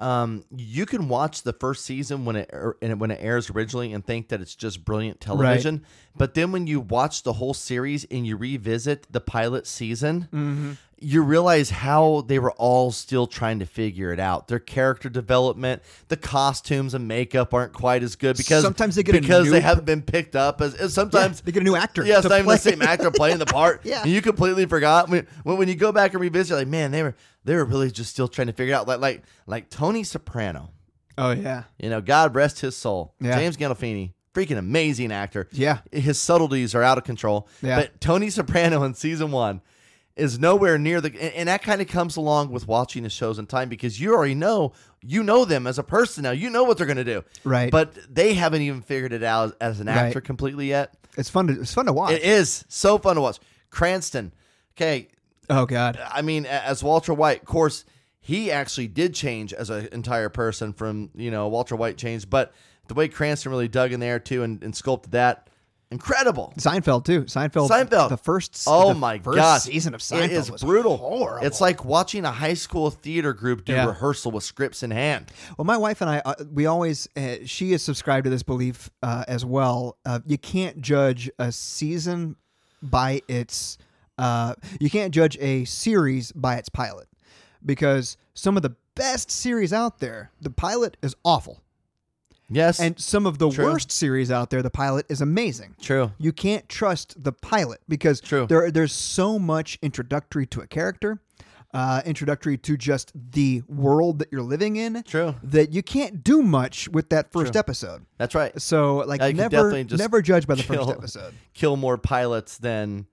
um, you can watch the first season when it air- and it- when it airs originally and think that it's just brilliant television, but then when you watch the whole series and you revisit the pilot season. Mm-hmm. You realize how they were all still trying to figure it out. Their character development, the costumes and makeup aren't quite as good because Sometimes they get a because new they per- haven't been picked up as, as sometimes they get a new actor Yes, to not even the play. same actor playing the part. Yeah. And you completely forgot. When, when when you go back and revisit, you're like, man, they were they were really just still trying to figure it out. Like like like Tony Soprano. Oh yeah. You know, God rest his soul. Yeah. James Gandolfini, freaking amazing actor. Yeah. His subtleties are out of control. Yeah. But Tony Soprano in season one is nowhere near the and, and that kind of comes along with watching the shows in time because you already know you know them as a person now. You know what they're gonna do. Right. But they haven't even figured it out as, as an Right. actor completely yet. It's fun to, it's fun to watch. It is so fun to watch. Cranston. Okay, oh God. I mean, a- as Walter White, of course, he actually did change as an entire person from you know Walter White changed, but the way Cranston really dug in there too and, and sculpted that, incredible. Seinfeld too. Seinfeld. Seinfeld. The first. Oh the my first god, Season of Seinfeld It is was brutal. Horrible. It's like watching a high school theater group do Yeah. rehearsal with scripts in hand. Well, my wife and I, uh, we always, uh, she is subscribed to this belief uh, as well. Uh, you can't judge a season by its, uh, you can't judge a series by its pilot because some of the best series out there, the pilot is awful. Yes, And some of the True. worst series out there, the pilot is amazing. True. You can't trust the pilot because True. there there's so much introductory to a character, uh, introductory to just the world that you're living in. True. That you can't do much with that first episode. that's right. So like Yeah, you could never definitely just never judge by the kill- first episode. Kill more pilots than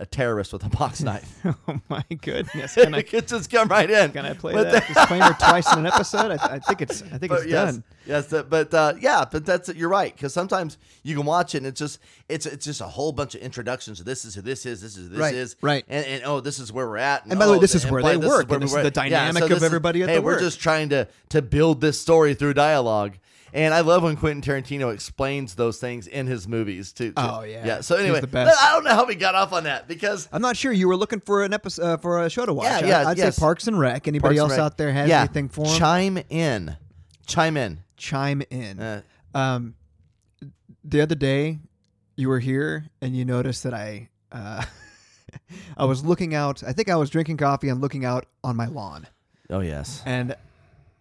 a terrorist with a box knife. Oh my goodness. Can I, could just come right in. But disclaimer twice in an episode? I, I think it's I think but yes, yes, that- but uh, yeah, but that's you're right because sometimes you can watch it and it's just it's it's just a whole bunch of introductions. This is who this is. This is who this Right, is right. And, and oh, this is where we're at. And by the way, oh, this th- is where by they the way, work, where and this we is were. the Yeah, so dynamic of this is- everybody at hey, the we're work. just trying to to build this story through dialogue. And I love when Quentin Tarantino explains those things in his movies too. Oh, yeah. yeah. So He's anyway, the best. I don't know how we got off on that because I'm not sure you were looking for an episode uh, for a show to watch. Yeah, I- yeah, I'd yes. say Parks and Rec. Anybody Parks else and Rec- out there has yeah, anything for 'em? Chime in, chime in. chime in. Uh, Um, the other day, you were here and you noticed that I, uh, I was looking out. I think I was drinking coffee and looking out on my lawn, oh yes, and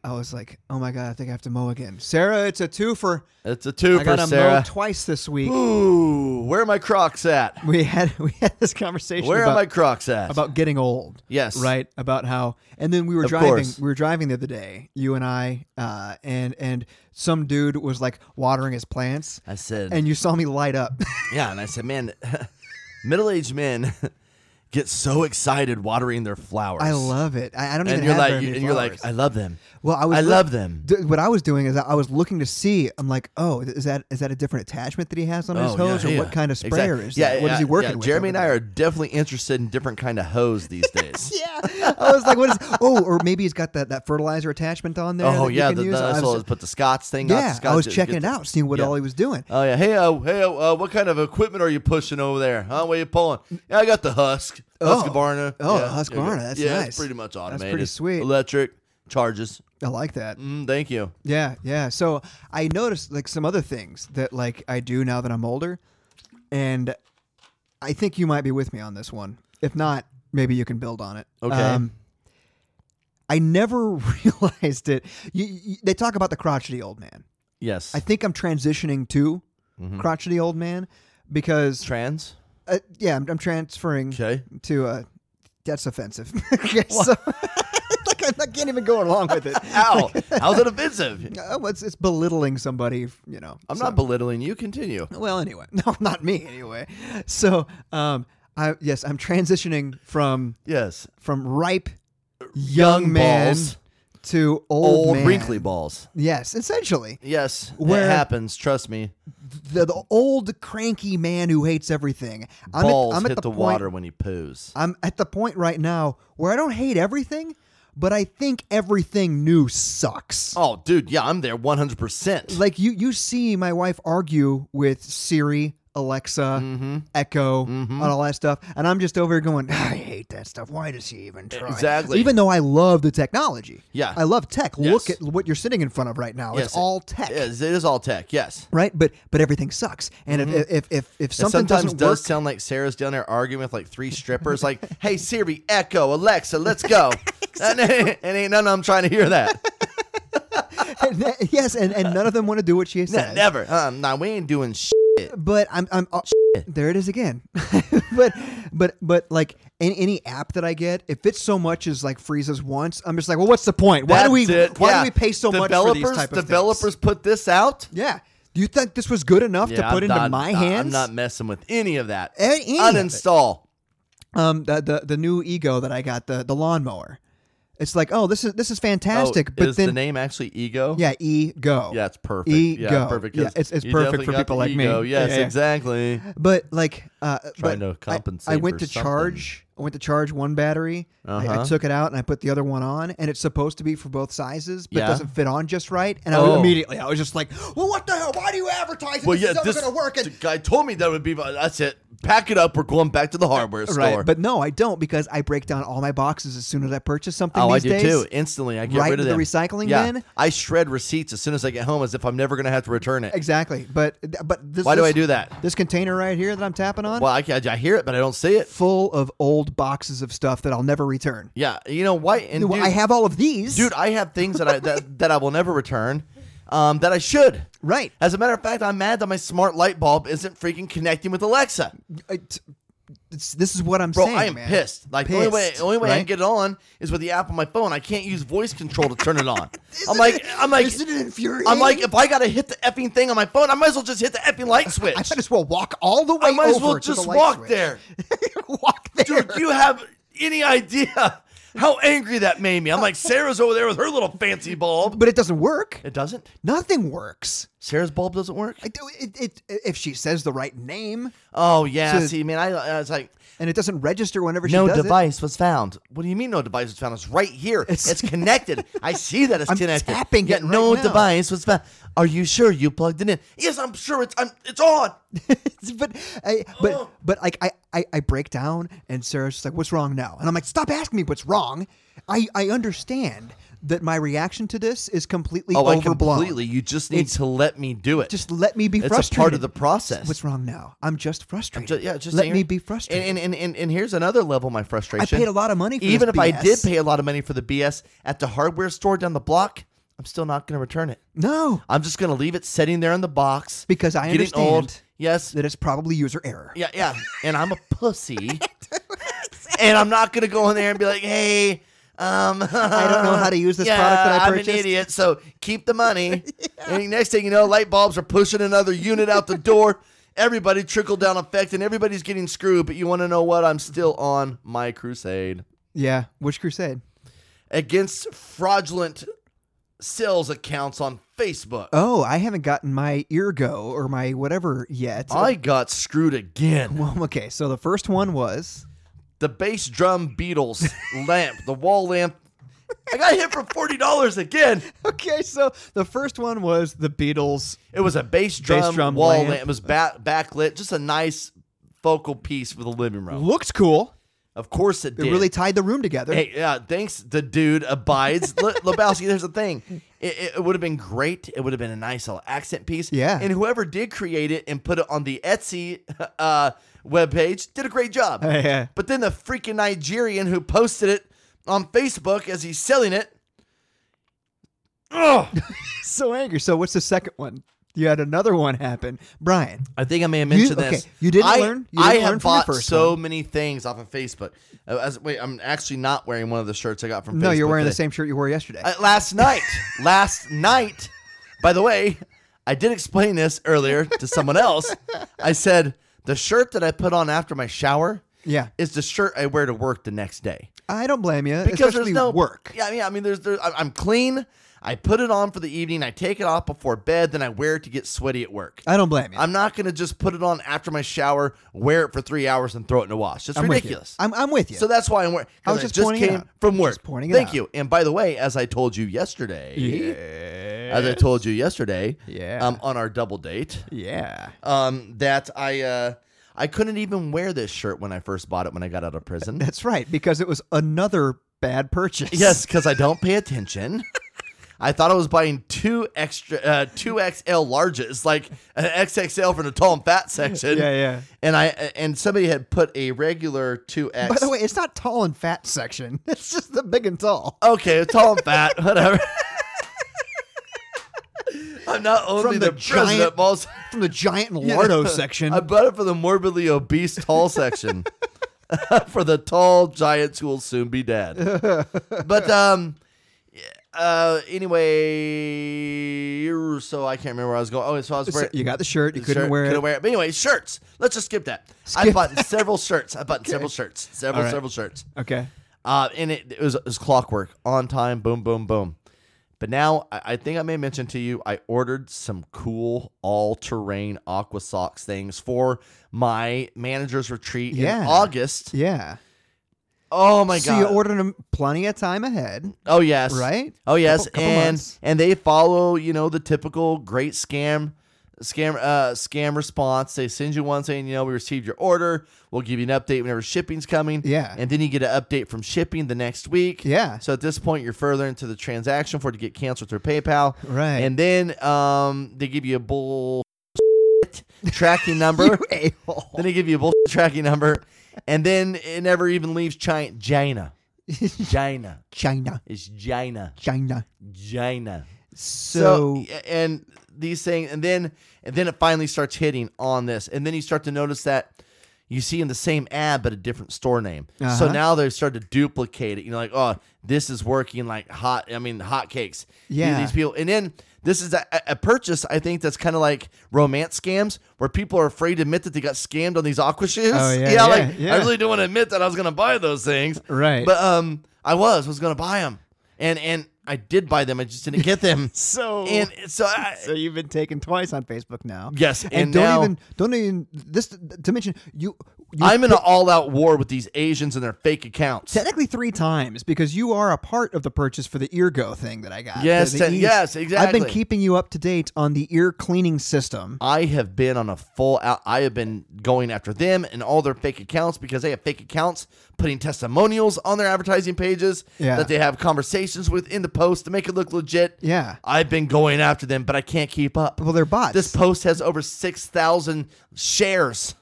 I was like, "Oh my god, I think I have to mow again." Sarah, it's a twofer. it's a I got twofer, to mow Sarah. twice this week. Ooh, where are my Crocs at? We had we had this conversation Where are about my Crocs at? about getting old. Yes. Right. About how, and then we were Of driving. course. We were driving the other day, you and I, uh, and and some dude was like watering his plants, I said, and you saw me light up. yeah, and I said, man, middle-aged men get so excited watering their flowers. I love it. I, I don't and even you're have like, very you- many and you're like, I flowers. love them. well, I was. I look- love them. d- what I was doing is I I was looking to see. I'm like, oh, is that is that a different attachment that he has on his Oh, hose, yeah, or yeah. what kind of Exactly. sprayer is that? Yeah, What is yeah, he working yeah. with? Jeremy and over I there? are definitely interested in different kind of hose these days. Yeah, I was like, what is? Oh, or maybe he's got that, that fertilizer attachment on there. Oh that yeah, you can the, the, use. I I was- saw us put the Scots thing. not the yeah, I Scots, was just checking get it the- out, seeing what yeah. all he was doing. Oh yeah, hey, uh, hey, uh, what kind of equipment are you pushing over there? Huh? What are you pulling? Yeah, I got the Husk, Oh. Husqvarna. Oh, yeah, Husqvarna, yeah, that's yeah, nice. It's pretty much pretty automated. sweet. Electric charges. I like that. Mm, thank you. Yeah, yeah. So I noticed like some other things that like I do now that I'm older, and I think you might be with me on this one. If not, maybe you can build on it. Um, Okay. I never realized it. You, you, they talk about the crotchety old man. Yes. I think I'm transitioning to Mm-hmm. crotchety old man because Trans. uh, yeah, I'm, I'm transferring Okay. to uh that's offensive. okay, so, like I, I can't even go along with it. Ow! How's it offensive? Oh, it's, it's belittling somebody, you know. I'm so- not belittling you. Continue. Well, anyway, no, not me anyway. So, um, I yes, I'm transitioning from Yes. from ripe young man balls, to old, old man. wrinkly balls. Yes, essentially. Yes, Where- it happens. Trust me. The, the old cranky man who hates everything. I'm balls at, I'm at hit the, the, point, water when he poos. I'm at the point right now where I don't hate everything, but I think everything new sucks. Oh, dude, yeah, I'm there 100. percent Like you, you see my wife argue with Siri, Alexa, Mm-hmm. Echo, and all that stuff, and I'm just over here going, I hate that stuff. Why does she even try? Exactly. Even though I love the technology. Yeah. I love tech. Look Yes. at what you're sitting in front of right now. Yes, it's it- all tech. It is, it is all tech. Yes. Right, but but everything sucks, and if, if if if It something Mm-hmm. sometimes doesn't does work, sound like Sarah's down there arguing with like three strippers, like, "Hey Siri, Echo, Alexa, let's go." and, ain't, and ain't none of them trying to hear that. yes, and, and none of them want to do what she No, says. never. Uh, nah, we ain't doing shit. but I'm I'm oh, there it is again. but but but like any, any app that I get, if it's so much as like freezes once, I'm just like, well, what's the point? Why do we That's it. why Yeah. do we pay so much for these Developers- type of Developers Things? put this out Yeah. Do you think this was good enough to Yeah, put I'm into not- my I'm hands? not messing with any of that. A- any of it. Uninstall. um the, the the new ego that I got the the lawnmower. It's like, oh, this is this is fantastic, Oh, but is then the name actually ego? yeah, ego. Yeah, it's perfect. Yeah, Ego. perfect. Yeah, 'cause it's- it's you perfect definitely for got people the like me. ego. Yes, Yeah, yeah. exactly. But like, uh, but Trying to I- I, compensate went for to charge. I went to charge one battery. I- I, Uh-huh. took it out and I put the other one on, and it's supposed to be for both sizes, but it Yeah. doesn't fit on just right. And I was Oh. immediately, I was just like, "Well, what the hell? Why do you advertise? It? Well, this yeah, is never this gonna work." the And, guy told me that would be. uh, That's it. Pack it up. We're going back to the hardware store. right, but no, I don't because I break down all my boxes as soon as I purchase something. oh, I these do days. too. Instantly, I get Right rid of into the them. recycling yeah. bin? I shred receipts as soon as I get home, as if I'm never going to have to return it. Exactly, but but this, Why do this- I do that? This container right here that I'm tapping on, Well, I, ca- I hear it, but I don't see it. full of old boxes of stuff that I'll never return. Yeah, you know why? And Well, dude, I have all of these, dude, I have things that I that, that I will never return. Um, that I should. Right. As a matter of fact, I'm mad that my smart light bulb isn't freaking connecting with Alexa. I- t- it's- this is what I'm Bro, saying. I am man. pissed. Like the only way, Pissed, the only way I right? can get it on is with the app on my phone. I can't use voice control to turn it on. I'm like, I'm like, Isn't it infuriating? I'm like, if I gotta hit the effing thing on my phone, I might as well just hit the effing light switch. I might as well walk all the way. I might as over well to the just light walk switch. there. walk there. Dude, do you have any idea how angry that made me? I'm like, Sarah's over there with her little fancy bulb. but it doesn't work. It doesn't. Nothing works. Sarah's bulb doesn't work. I do- it- it- if she says the right name Oh yeah. So- see, man, I, I was like, and it doesn't register whenever she no does it. device was found. What do you mean no device was found? It's right here. It's, connected. I see that it's I'm connected. tapping Yet it right no now. device was found. Are you sure you plugged it in? Yes, I'm sure it's I'm, it's on. but I, Oh. but but like I, I I break down and Sarah's just like, "What's wrong now?" And I'm like, "Stop asking me what's wrong. I I understand that my reaction to this is completely Oh, I overblown. completely. You just need It's- to let me do it. Just let me be it's frustrated. a part of the process. What's wrong now? I'm just frustrated. Ju- yeah, just let saying- me be frustrated. And and, and and here's another level of my frustration. paid a lot of money for Even this if I did BS. pay a lot of money for the BS at the hardware store down the block, I'm still not going to return it. no, I'm just going to leave it sitting there in the box Because I getting understand old. Yes, that it's probably user error. Yeah, yeah. And I'm a pussy. and I'm not gonna go in there and be like, hey, um, I don't know how to use this product that I I'm an purchased." idiot, so keep the money. And next thing you know, light bulbs are pushing another unit out the door. Everybody trickle down effect, and everybody's getting screwed. But you want to know what? I'm still on my crusade Yeah, which crusade? against fraudulent sales accounts on Facebook. Oh, I haven't gotten my Ergo or my whatever yet. I got screwed again. well, okay, so the first one was the bass drum Beatles lamp, the wall lamp. I got hit for forty dollars again. okay. So the first one was the Beatles. It was a bass drum, drum wall lamp. lamp. It was ba- backlit, just a nice focal piece for the living room. Looked cool. Of course, it It did. really tied the room together. Hey, yeah, thanks. The dude abides. Le- Lebowski, there's the thing. It, it, would have been great. It would have been a nice little accent piece. Yeah. And whoever did create it and put it on the Etsy uh, webpage did a great job. Yeah. But then the freaking Nigerian who posted it on Facebook as he's selling it. Ugh. So angry. So what's the second one? You had another one happen, Brian. I think I may have mentioned okay, this. you didn't I, learn- you didn't I learn have from your bought first so one. many things off of Facebook. Uh, as, wait, I'm actually not wearing one of the shirts I got from. No, you're Facebook wearing the today. same shirt you wore yesterday. Uh, last night. last night. By the way, I did explain this earlier to someone else. I said the shirt that I put on after my shower yeah. is the shirt I wear to work the next day. I don't blame you. because there's especially no work. Yeah, yeah. I mean, there's, there. I- I'm clean. I put it on for the evening. I take it off before bed. Then I wear it to get sweaty at work. I don't blame you. I'm not gonna just put it on after my shower, wear it for three hours, and throw it in a wash. It's I'm with you. ridiculous. I'm, I'm with you. So that's why I'm wearing. I was because just just pointing it came out. from work. Just pointing it Thank out. you. And by the way, as I told you yesterday, as I told you yesterday, Yeah. um, on our double date, yeah. um, that I uh, I couldn't even wear this shirt when I first bought it when I got out of prison. That's right. Because it was another bad purchase. Yes, because I don't pay attention. I thought I was buying two extra, uh, two XL larges, like an XXL for the tall and fat section. Yeah, yeah. And I and somebody had put a regular two X. By the way, it's not tall and fat section. It's just the big and tall. okay, tall and fat, whatever. I'm not only From the, the president, giant- but also- From the giant lardo section. I bought it for the morbidly obese tall section. for the tall giants who will soon be dead. but um uh anyway so I can't remember where I was going. Oh, so I was So wearing you got the shirt. You the couldn't shirt, wear it. couldn't wear it. But anyway, shirts. Let's just skip that. I Skip bought several shirts. I bought several shirts. Several All right. several shirts. Okay. Uh, and it, it, was, it was clockwork, on time, boom, boom, boom. But now I, I think I may mention to you, I ordered some cool all terrain aqua socks things for my manager's retreat Yeah. in August. Yeah. Oh my so god! you ordered them plenty of time ahead. oh yes, right? Oh yes, Couple- couple and months. and they follow you know the typical great scam. Scam, uh, scam response. They send you one saying, you know, we received your order. We'll give you an update whenever shipping's coming. Yeah. and then you get an update from shipping the next week. Yeah. So at this point, you're further into the transaction for it to get canceled through PayPal. Right. And then um, they give you a bull tracking number. a-hole. then they give you a bull tracking number, and then it never even leaves China. China. China. China. It's China. China. China. So, y- and these things, and then and then it finally starts hitting on this, and then you start to notice that you see in the same ad but a different store name. So Uh-huh. now they start to duplicate it. You know, like oh, this is working like hot. I mean, hotcakes. These- Yeah. these people, and then. This is a, a purchase, I think, that's kind of like romance scams where people are afraid to admit that they got scammed on these aqua shoes. Oh, yeah, yeah, like yeah, I yeah. really didn't want to admit that I was going to buy those things. Right. But um, I was was gonna buy them, and and I did buy them. I just didn't get them. So- and so I, so you've been taken twice on Facebook now. Yes, and, and don't now- even don't even this to mention you. you I'm in an all out war with these Asians and their fake accounts. technically three times because you are a part of the purchase for the ear go thing that I got. Yes, The- the te- ease- yes, I've exactly. been keeping you up to date on the ear cleaning system. I have been on a full out. I have been going after them and all their fake accounts because they have fake accounts putting testimonials on their advertising pages Yeah. that they have conversations with in the post to make it look legit. Yeah. I've been going after them, but I can't keep up. Well, they're bots. This post has over 6,000 shares.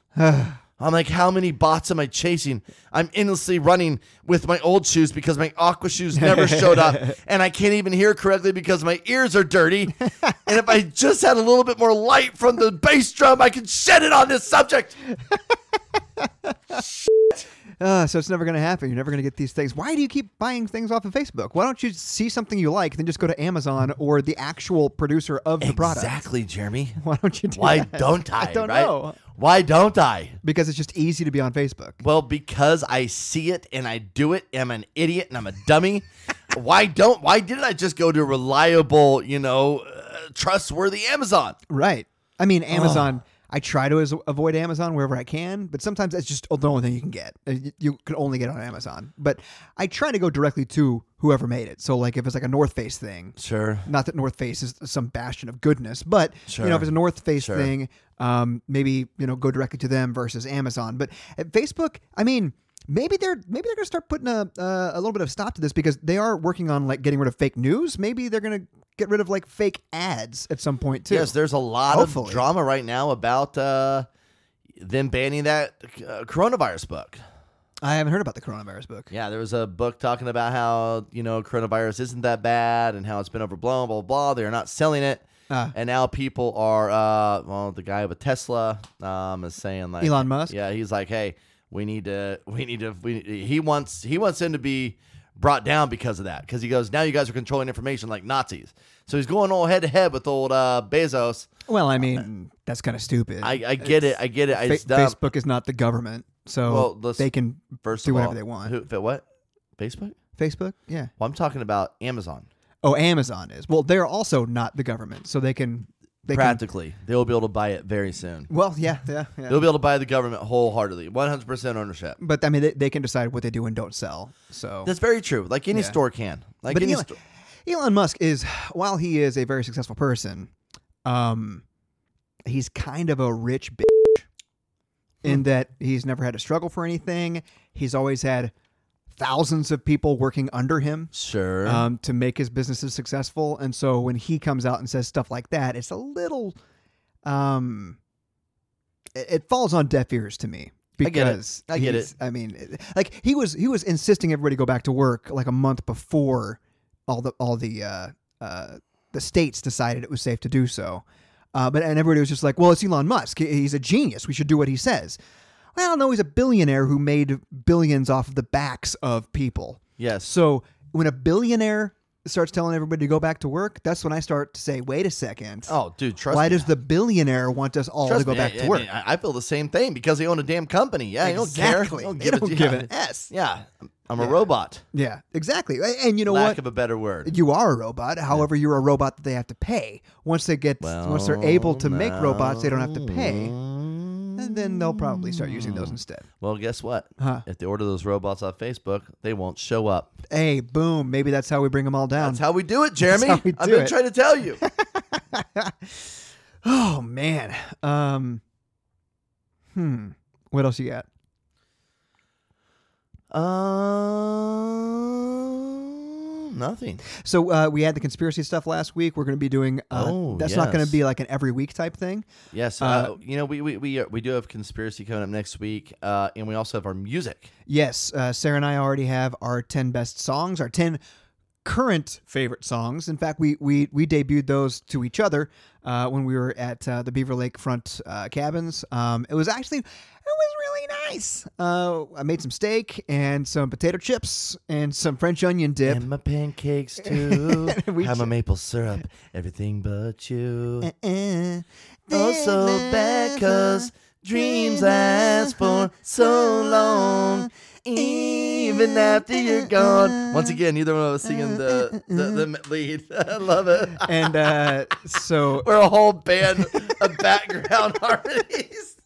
I'm like, how many bots am I chasing? I'm endlessly running with my old shoes because my aqua shoes never showed up, and I can't even hear correctly because my ears are dirty. and if I just had a little bit more light from the bass drum, I could shed it on this subject. Uh, so it's never going to happen. You're never going to get these things. Why do you keep buying things off of Facebook? Why don't you see something you like, then just go to Amazon or the actual producer of the product? Exactly, Jeremy. Why don't you do Why that? don't I? I don't right? know. Why don't I? Because it's just easy to be on Facebook. Well, because I see it and I do it. I'm an idiot and I'm a dummy. why don't? Why didn't I just go to reliable, you know, uh, trustworthy Amazon? Right. I mean, Oh. Amazon. I try to as- avoid Amazon wherever I can, but sometimes that's just the only thing you can get. Uh, y- You can only get it on Amazon. But I try to go directly to whoever made it. So, like, if it's like a North Face thing, Sure. not that North Face is some bastion of goodness, but you know, if it's a North Face thing, um, maybe you know, go directly to them versus Amazon. But at Facebook, I mean, maybe they're maybe they're going to start putting a uh, a little bit of stop to this because they are working on like getting rid of fake news. Maybe they're going to get rid of like fake ads at some point too. Yes, there's a lot of Hopefully. drama right now about uh, them banning that uh, coronavirus book. I haven't heard about the coronavirus book. Yeah, there was a book talking about how you know coronavirus isn't that bad and how it's been overblown, blah blah. blah. They're not selling it, Ah. and now people are. Uh, well, the guy with Tesla um, is saying like Elon Musk? Yeah, he's like, hey, we need to, we need to, we he wants he wants him to be brought down because of that because he goes now you guys are controlling information like Nazis. So he's going all head to head with old uh, Bezos. Well, I mean, that's kind of stupid. I, I get it, I get it. I Fa- just uh, dumb. Facebook is not the government, so Well, let's- they can First do of whatever all, they want. Who, what? Facebook? Facebook? Yeah. Well, I'm talking about Amazon. Oh, Amazon is. Well, they're also not the government, so they can they can- Practically, they'll be able to buy it very soon. well, yeah, yeah, yeah. They'll be able to buy the government wholeheartedly, 100% ownership. But I mean, they, they can decide what they do and don't sell. So, That's very true. Like any Yeah. store can. Like but any Elon, store. Elon Musk is, while he is a very successful person, um, he's kind of a rich bitch Hmm. in that he's never had to struggle for anything. He's always had thousands of people working under him. Sure. um, to make his businesses successful. And so when he comes out and says stuff like that, it's a little, um, it, it falls on deaf ears to me get it. because I get he's- it. I mean, it- like he was he was insisting everybody go back to work like a month before all the all the uh, uh, the states decided it was safe to do so. Uh, but and everybody was just like, well, it's Elon Musk. He- He's a genius. We should do what he says. Well, no, he's a billionaire who made billions off of the backs of people. yes. So when a billionaire starts telling everybody to go back to work, that's when I start to say, wait a second. oh, dude, trust why me. does the billionaire want us all Trust to go me, back I- to I work? mean, I, I feel the same thing because they own a damn company. Yeah, Exactly. I don't They care. I don't yeah. give an S. Yeah, I'm- I'm a robot. yeah, exactly. A- And you know Lack what? of a better word. you are a robot. However, you're a robot that they have to pay. Once they get, once they're able to make robots, they don't have to pay, and then they'll probably start using Mm. those instead. Well, guess what? Huh. If they order those robots off Facebook, they won't show up. Hey, boom! Maybe that's how we bring them all down. That's how we do it, Jeremy. Um, how we I've do been it. trying to tell you. oh man. Um. Hmm. What else you got? Um, nothing. So uh, we had the conspiracy stuff last week. We're going to be doing. Uh, Oh, that's not going yes. to be like an every week type thing. Yes, uh, Uh, you know we we we, uh, we do have conspiracy coming up next week, uh, and we also have our music. Yes, uh, Sarah and I already have our ten best songs, our ten current favorite songs. In fact, we we we debuted those to each other uh, when we were at uh, the Beaver Lake Front uh, Cabins. Um, it was actually it was really nice. Uh, I made some steak and some potato chips and some French onion dip. And my pancakes too. We have ju- my maple syrup. Everything but you. Uh-uh. Oh, so eh, bad 'cause dreams last for so long. Even after you're gone. Uh, Once again, neither one of us singing the the, the lead. I love it. and uh, so We're a whole band of background harmonies.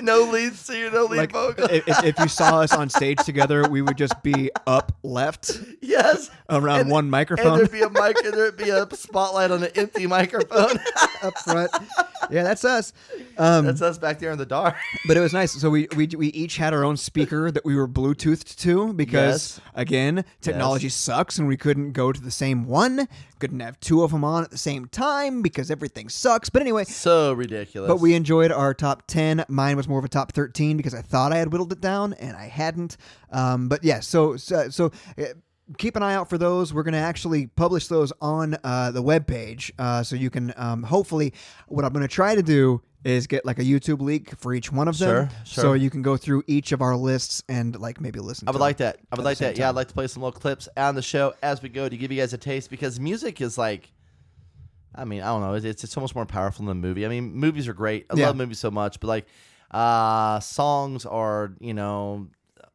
No lead singer, no lead like vocal. if, if- if you saw us on stage together, we would just be up left yes. around And- one And microphone there'd be a mic and there'd be a spotlight on an empty microphone. up front. Yeah, that's us. Um, That's us back there in the dark. but it was nice. So we, we we each had our own speaker that we were Bluetoothed to because Yes. again, technology sucks and we couldn't go to the same one. Couldn't have two of them on at the same time because everything sucks. But anyway, So ridiculous. But we enjoyed our top 10. Mine was more of a top 13 because I thought I had whittled it down and I hadn't. Um, but yeah, so so, so uh, keep an eye out for those. We're going to actually publish those on uh, the webpage. Uh, so you can um, hopefully, what I'm going to try to do is get like a YouTube link for each one of them. Sure, sure. So you can go through each of our lists and like maybe listen I to would them. like that. I would like that. Yeah, I'd like to play some little clips on the show as we go to give you guys a taste because music is like, I mean, I don't know. It's it's, it's almost more powerful than a movie. I mean, movies are great. I Yeah. love movies so much, but like, uh, songs are you know,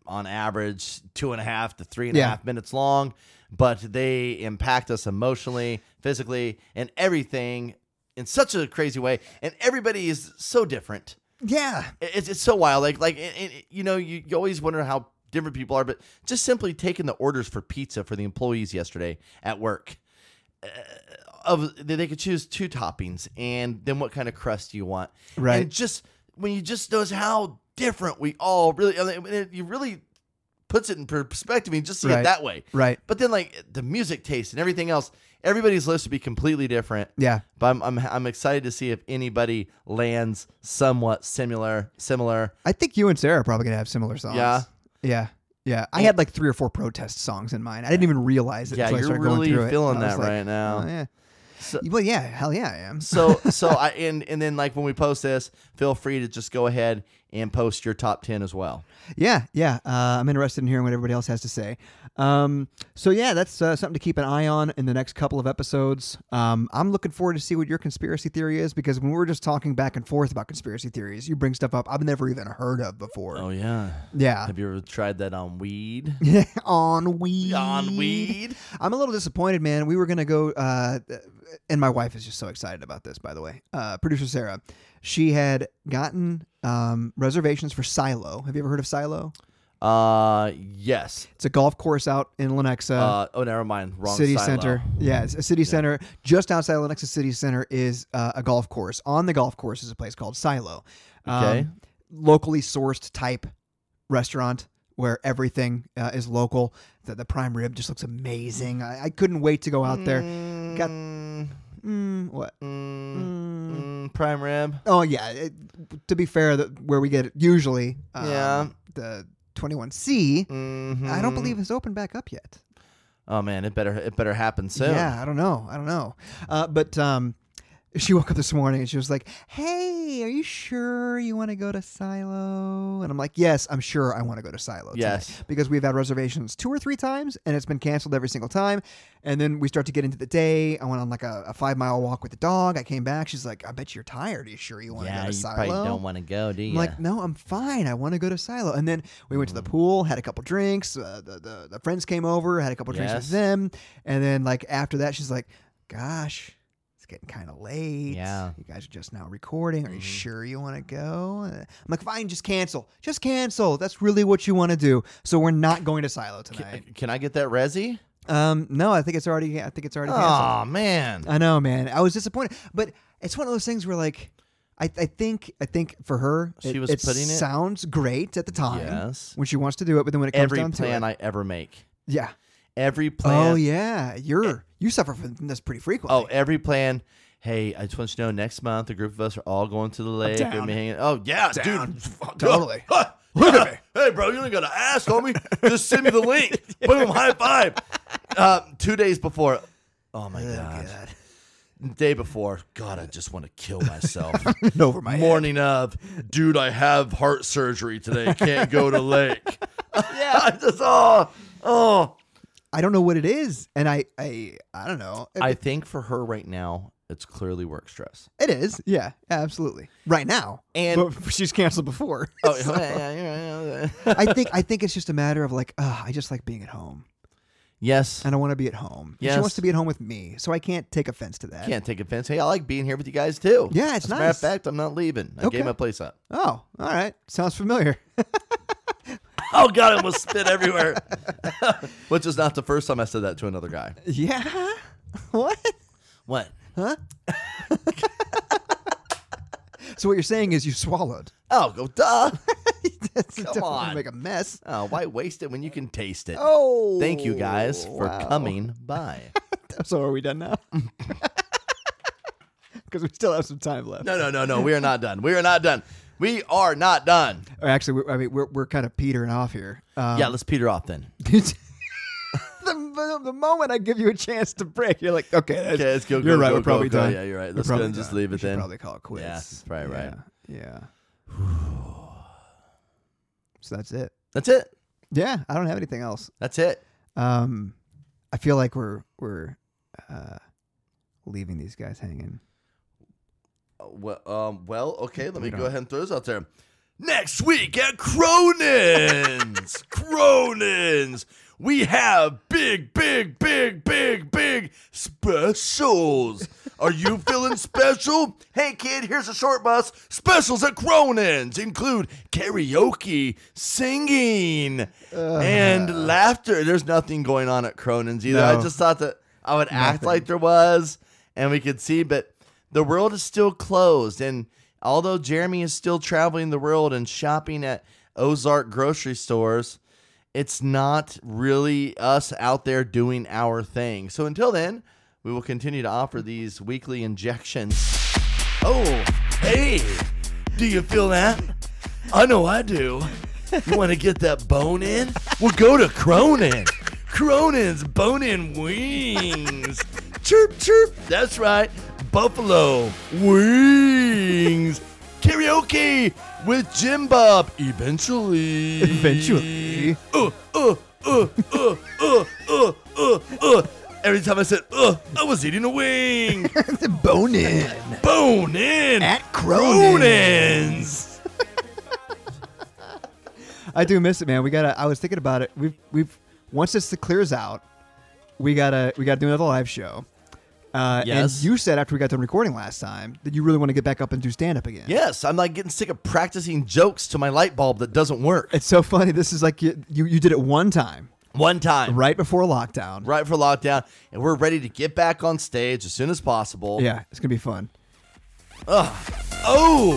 on average two and a half to three and a half Yeah. minutes long, but they impact us emotionally, physically, and everything in such a crazy way. And everybody is so different Yeah. it's, it's so wild. Like like it, it- you know you, you always wonder how different people are, but just simply taking the orders for pizza for the employees yesterday at work. uh, Of they they could choose two toppings and then what kind of crust you want. Right. And just when you just knows how different we all really, I mean, it, you really puts it in perspective. You just see Right. it that way. Right. But then like the music taste and everything else, everybody's list would be completely different. Yeah. But I'm, I'm I'm excited to see if anybody lands somewhat similar similar. I think you and Sarah are probably gonna have similar songs. Yeah. Yeah. Yeah. I had like three or four protest songs in mind. I didn't even realize it Yeah, until I you're started going really through it. feeling I was that like, right now. "Oh, yeah. So- well, yeah, hell yeah, I am. So so I and and then like when we post this, feel free to just go ahead and post your top 10 as well. Yeah, yeah. Uh, I'm interested in hearing what everybody else has to say. Um, so yeah, that's uh, something to keep an eye on in the next couple of episodes. Um, I'm looking forward to see what your conspiracy theory is because when we were just talking back and forth about conspiracy theories, you bring stuff up I've never even heard of before. Oh, yeah. yeah. Have you ever tried that on weed? on weed. On weed? I'm a little disappointed, man. We were gonna go, uh, and my wife is just so excited about this. By the way, uh, producer Sarah, she had gotten um, reservations for Silo. Have you ever heard of Silo? Uh, yes. It's a golf course out in Lenexa. Uh, oh, never mind. Wrong city silo. center. Yeah, it's a city center just outside Lenexa City Center is uh, a golf course. On the golf course is a place called Silo. Um, Okay. locally sourced type restaurant where everything uh, is local. The, the prime rib just looks amazing. I, I couldn't wait to go out there. Got Mm, mm, what? mm, prime rib. Oh yeah. It, to be fair, the, where we get it usually. Um, Yeah. The 21C. Mm-hmm. I don't believe it's opened back up yet. Oh man, it better it better happen soon. Yeah, I don't know. I don't know. Uh, but um, she woke up this morning and she was like, "Hey, are you sure you want to go to Silo?" And I'm like, "Yes, I'm sure I want to go to Silo." tonight." Yes. because we've had reservations two or three times and it's been canceled every single time. And then we start to get into the day. I went on like a, a five mile walk with the dog. I came back. She's like, "I bet you're tired. Are you sure you want to Yeah, go to you Silo?" probably don't want to go, do you? I'm like, no, I'm fine. I want to go to Silo. And then we went to Mm. the pool, had a couple drinks. Uh, the, the the friends came over, had a couple drinks with Yes. them, and then like after that, she's like, "Gosh, it's getting kind of late. Yeah. Mm-hmm. you guys are just now recording. Are you sure you want to go?" Uh, I'm like, "Fine, just cancel. Just cancel. That's really what you want to do." So we're not going to Silo tonight. Can I get that resi? Um, no, I think it's already. I think it's already canceled. Oh man. I know, man. I was disappointed, but it's one of those things where like. I, I think I think for her She it, was it putting it- sounds great at the time Yes. when she wants to do it, but then when it comes Every down plan to it, I ever make. yeah. Every plan. Eh. Oh yeah, you're you suffer from this pretty frequently. Oh, every plan. Hey, I just want you to know next month a group of us are all going to the lake. We're gonna be hanging- Oh yeah, Down. dude. Totally. Look at me. Hey, bro, you ain't got to ask, homie. Just send me the link. Boom, high five. Uh, two days before. Oh my god. God. Day before. God, I just want to kill myself. over my head. Morning of, dude, I have heart surgery today. Can't go to lake. yeah, I just oh oh. I don't know what it is, and I I I don't know. It, I think for her right now, it's clearly work stress. it is, yeah, absolutely. Right now, And- but she's canceled before. Oh, yeah, yeah, yeah. I think I think it's just a matter of like, uh, I just like being at home, yes. and I want to be at home. And She Yes. wants to be at home with me, so I can't take offense to that. Can't take offense. Hey, I like being here with you guys too. Yeah, it's As a matter of nice. fact, I'm not leaving. I Okay. gave my place up. Oh, all right, sounds familiar. Oh god, I almost spit everywhere. Which is not the first time I said that to another guy. yeah, what? What? So what you're saying is you swallowed. Oh, go duh. Come on. make a mess. Oh, why waste it when you can taste it? Oh, Thank you guys for wow. coming by. So are we done now? Because we still have some time left. No, no, no, no. We are not done. We are not done. We are not done. Or actually, we're, I mean, we're, we're kind of petering off here. Um, yeah, let's peter off then. the, the, the moment I give you a chance to break, you're like, okay, that's, Okay, let's go, You're go, right. go, we're go, probably go. done. Yeah, you're right. We're Let's go probably and just done. leave We it should then. Probably call it quits. Yeah, that's probably right. Yeah. yeah. so that's it. That's it. Yeah, I don't have anything else. That's it. Um, I feel like we're we're uh, leaving these guys hanging. Uh, Well, um, well okay, let me don't. go ahead and throw this out there. Next week at Cronin's, Cronin's, we have big, big, big, big, big specials. Are you feeling special? Hey, kid, here's a short bus. Specials at Cronin's include karaoke, singing, and laughter. There's nothing going on at Cronin's either. I No. just thought that I would act Nothing. like there was and we could see, but the world is still closed. And although Jeremy is still traveling the world and shopping at Ozark grocery stores, it's not really us out there doing our thing. So until then, we will continue to offer these weekly injections. Oh, hey, do you feel that? I know I do. You want to get that bone in? Well, go to Cronin. Cronin's bone in wings. chirp, chirp. That's right. Buffalo wings. Karaoke. karaoke with Jim Bob eventually. Eventually. Uh, uh, uh, uh, uh, uh, uh, uh. Every time I said, uh, I was eating a wing. the bone in Bone in. at Cronin. Cronin's. I do miss it, man. We gotta. I was thinking about it. We've we've once this clears out, we gotta we gotta do another live show. Uh, Yes. And you said after we got done recording last time that you really want to get back up and do stand up again. Yes, I'm like getting sick of practicing jokes to my light bulb that doesn't work. It's so funny. This is like you you, you did it one time One time. right before lockdown. right for lockdown, and we're ready to get back on stage as soon as possible. Yeah, it's gonna be fun. Oh,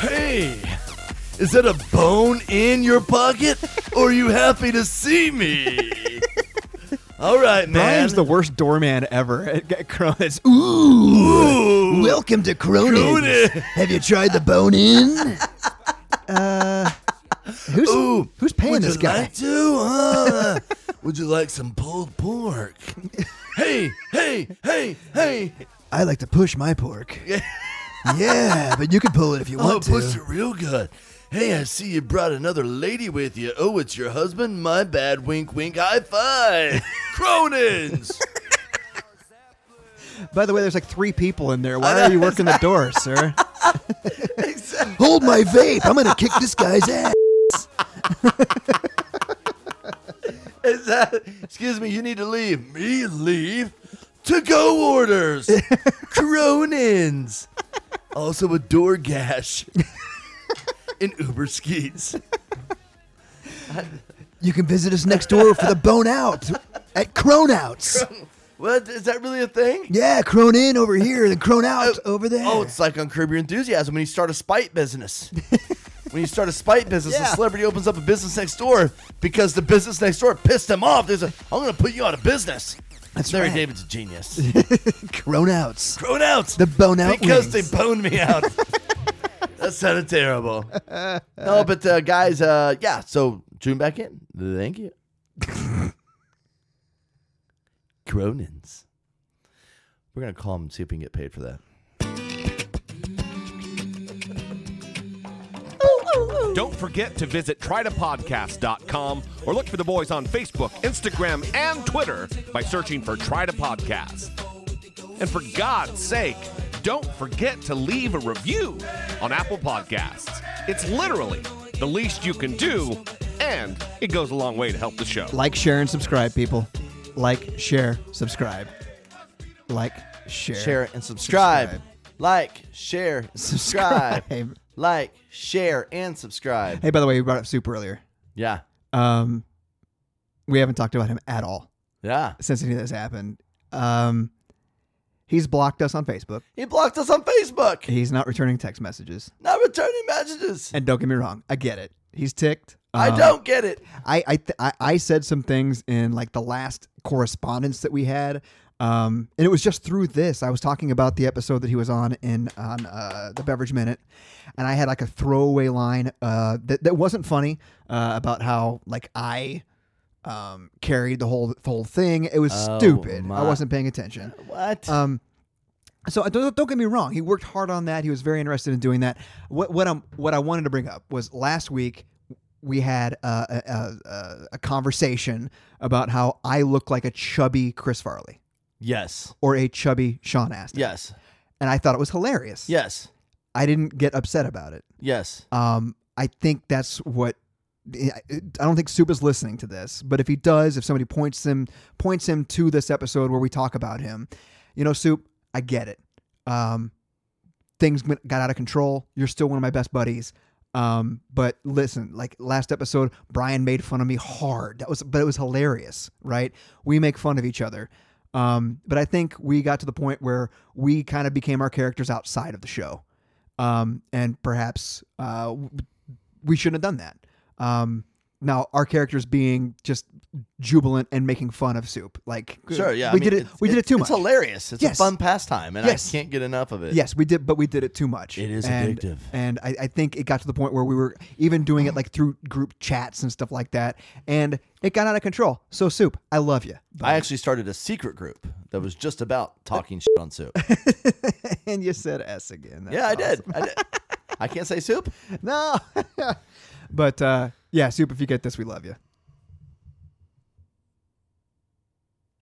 hey, is that a bone in your pocket? or are you happy to see me? All right, man. Brian's the worst doorman ever at at Cronus. Ooh, Ooh, welcome to Cronus. Cronus. Have you tried the bone in? uh, who's Ooh, who's paying would this you guy? like to? huh? would you like some pulled pork? hey, hey, hey, hey! I like to push my pork. yeah, but you can pull it if you Oh, push it real good. Hey, I see you brought another lady with you. Oh, it's your husband? My bad. Wink, wink. High five. Cronins. By the way, there's like three people in there. Why are you working the door, sir? Hold my vape. I'm gonna kick this guy's ass. Is that, excuse me, you need to leave. Me leave? To go orders. Cronins. Also a door gash. and Uber Skeets. You can visit us next door for the bone out at Cronouts. What? Is that really a thing? Yeah, Crone in over here, and Crone out over there. Oh, it's like on Curb Your Enthusiasm when you start a spite business. when you start a spite business, Yeah. a celebrity opens up a business next door because the business next door pissed them off. They said, I'm going to put you out of business. That's Larry right. David's a genius. Cronouts. Grown out. The bone out Because wings. they boned me out. that sounded terrible. No, but uh, guys, uh, yeah, so tune back in. Thank you. Cronins. We're going to call him and see if we can get paid for that. Don't forget to visit trytopodcast.com or look for the boys on Facebook, Instagram, and Twitter by searching for Try to Podcast. And for God's sake, don't forget to leave a review on Apple Podcasts. It's literally the least you can do, and it goes a long way to help the show. Like, share, and subscribe, people. Like, share, subscribe. Like, share. share and subscribe. Subscribe. Like, share, and subscribe. Subscribe. Like, share, and subscribe. Hey, by the way, we brought up Soup earlier. Yeah. Um, we haven't talked about him at all Yeah. since any of this happened. Um, he's blocked us on Facebook. He blocked us on Facebook. He's not returning text messages. Not returning messages. And don't get me wrong, I get it. He's ticked. I Um, don't get it. I I, th- I I said some things in like the last correspondence that we had, um, and it was just through this. I was talking about the episode that he was on in on uh, the Beverage Minute, and I had like a throwaway line uh, that that wasn't funny uh, about how like I um, carried the whole the whole thing. It was Oh, stupid. my. I wasn't paying attention. What? Um, so I- don't, don't get me wrong. He worked hard on that. He was very interested in doing that. What what I'm what I wanted to bring up was last week we had uh, a, a, a, a conversation about how I look like a chubby Chris Farley yes. or a chubby Sean Astin, Yes. and I thought it was hilarious. Yes. I didn't get upset about it. Yes. Um, I think that's what. I I don't think Soup is listening to this, but if he does, if somebody points him points him to this episode where we talk about him, you know, Soup, I get it. Um, things went- got out of control. You're still one of my best buddies. Um, but listen, like last episode, Brian made fun of me hard. That was, but it was hilarious, right? We make fun of each other. Um, but I think we got to the point where we kind of became our characters outside of the show. Um, and perhaps, uh, w- we shouldn't have done that. Um, now our characters being just jubilant and making fun of soup. Like Sure. Yeah. I we mean, did it. it's- We did it too much. It's hilarious. It's Yes. a fun pastime, and Yes. I can't get enough of it. Yes, we did, but we did it too much. It is and, addictive. and I, I think it got to the point where we were even doing it like through group chats and stuff like that, and it got out of control. So, Soup, I love you, I actually started a secret group that was just about talking shit on soup. and you said S again. That's Yeah, I did. awesome. I did. I can't say soup. No. but uh, yeah, Soup, if you get this, we love you.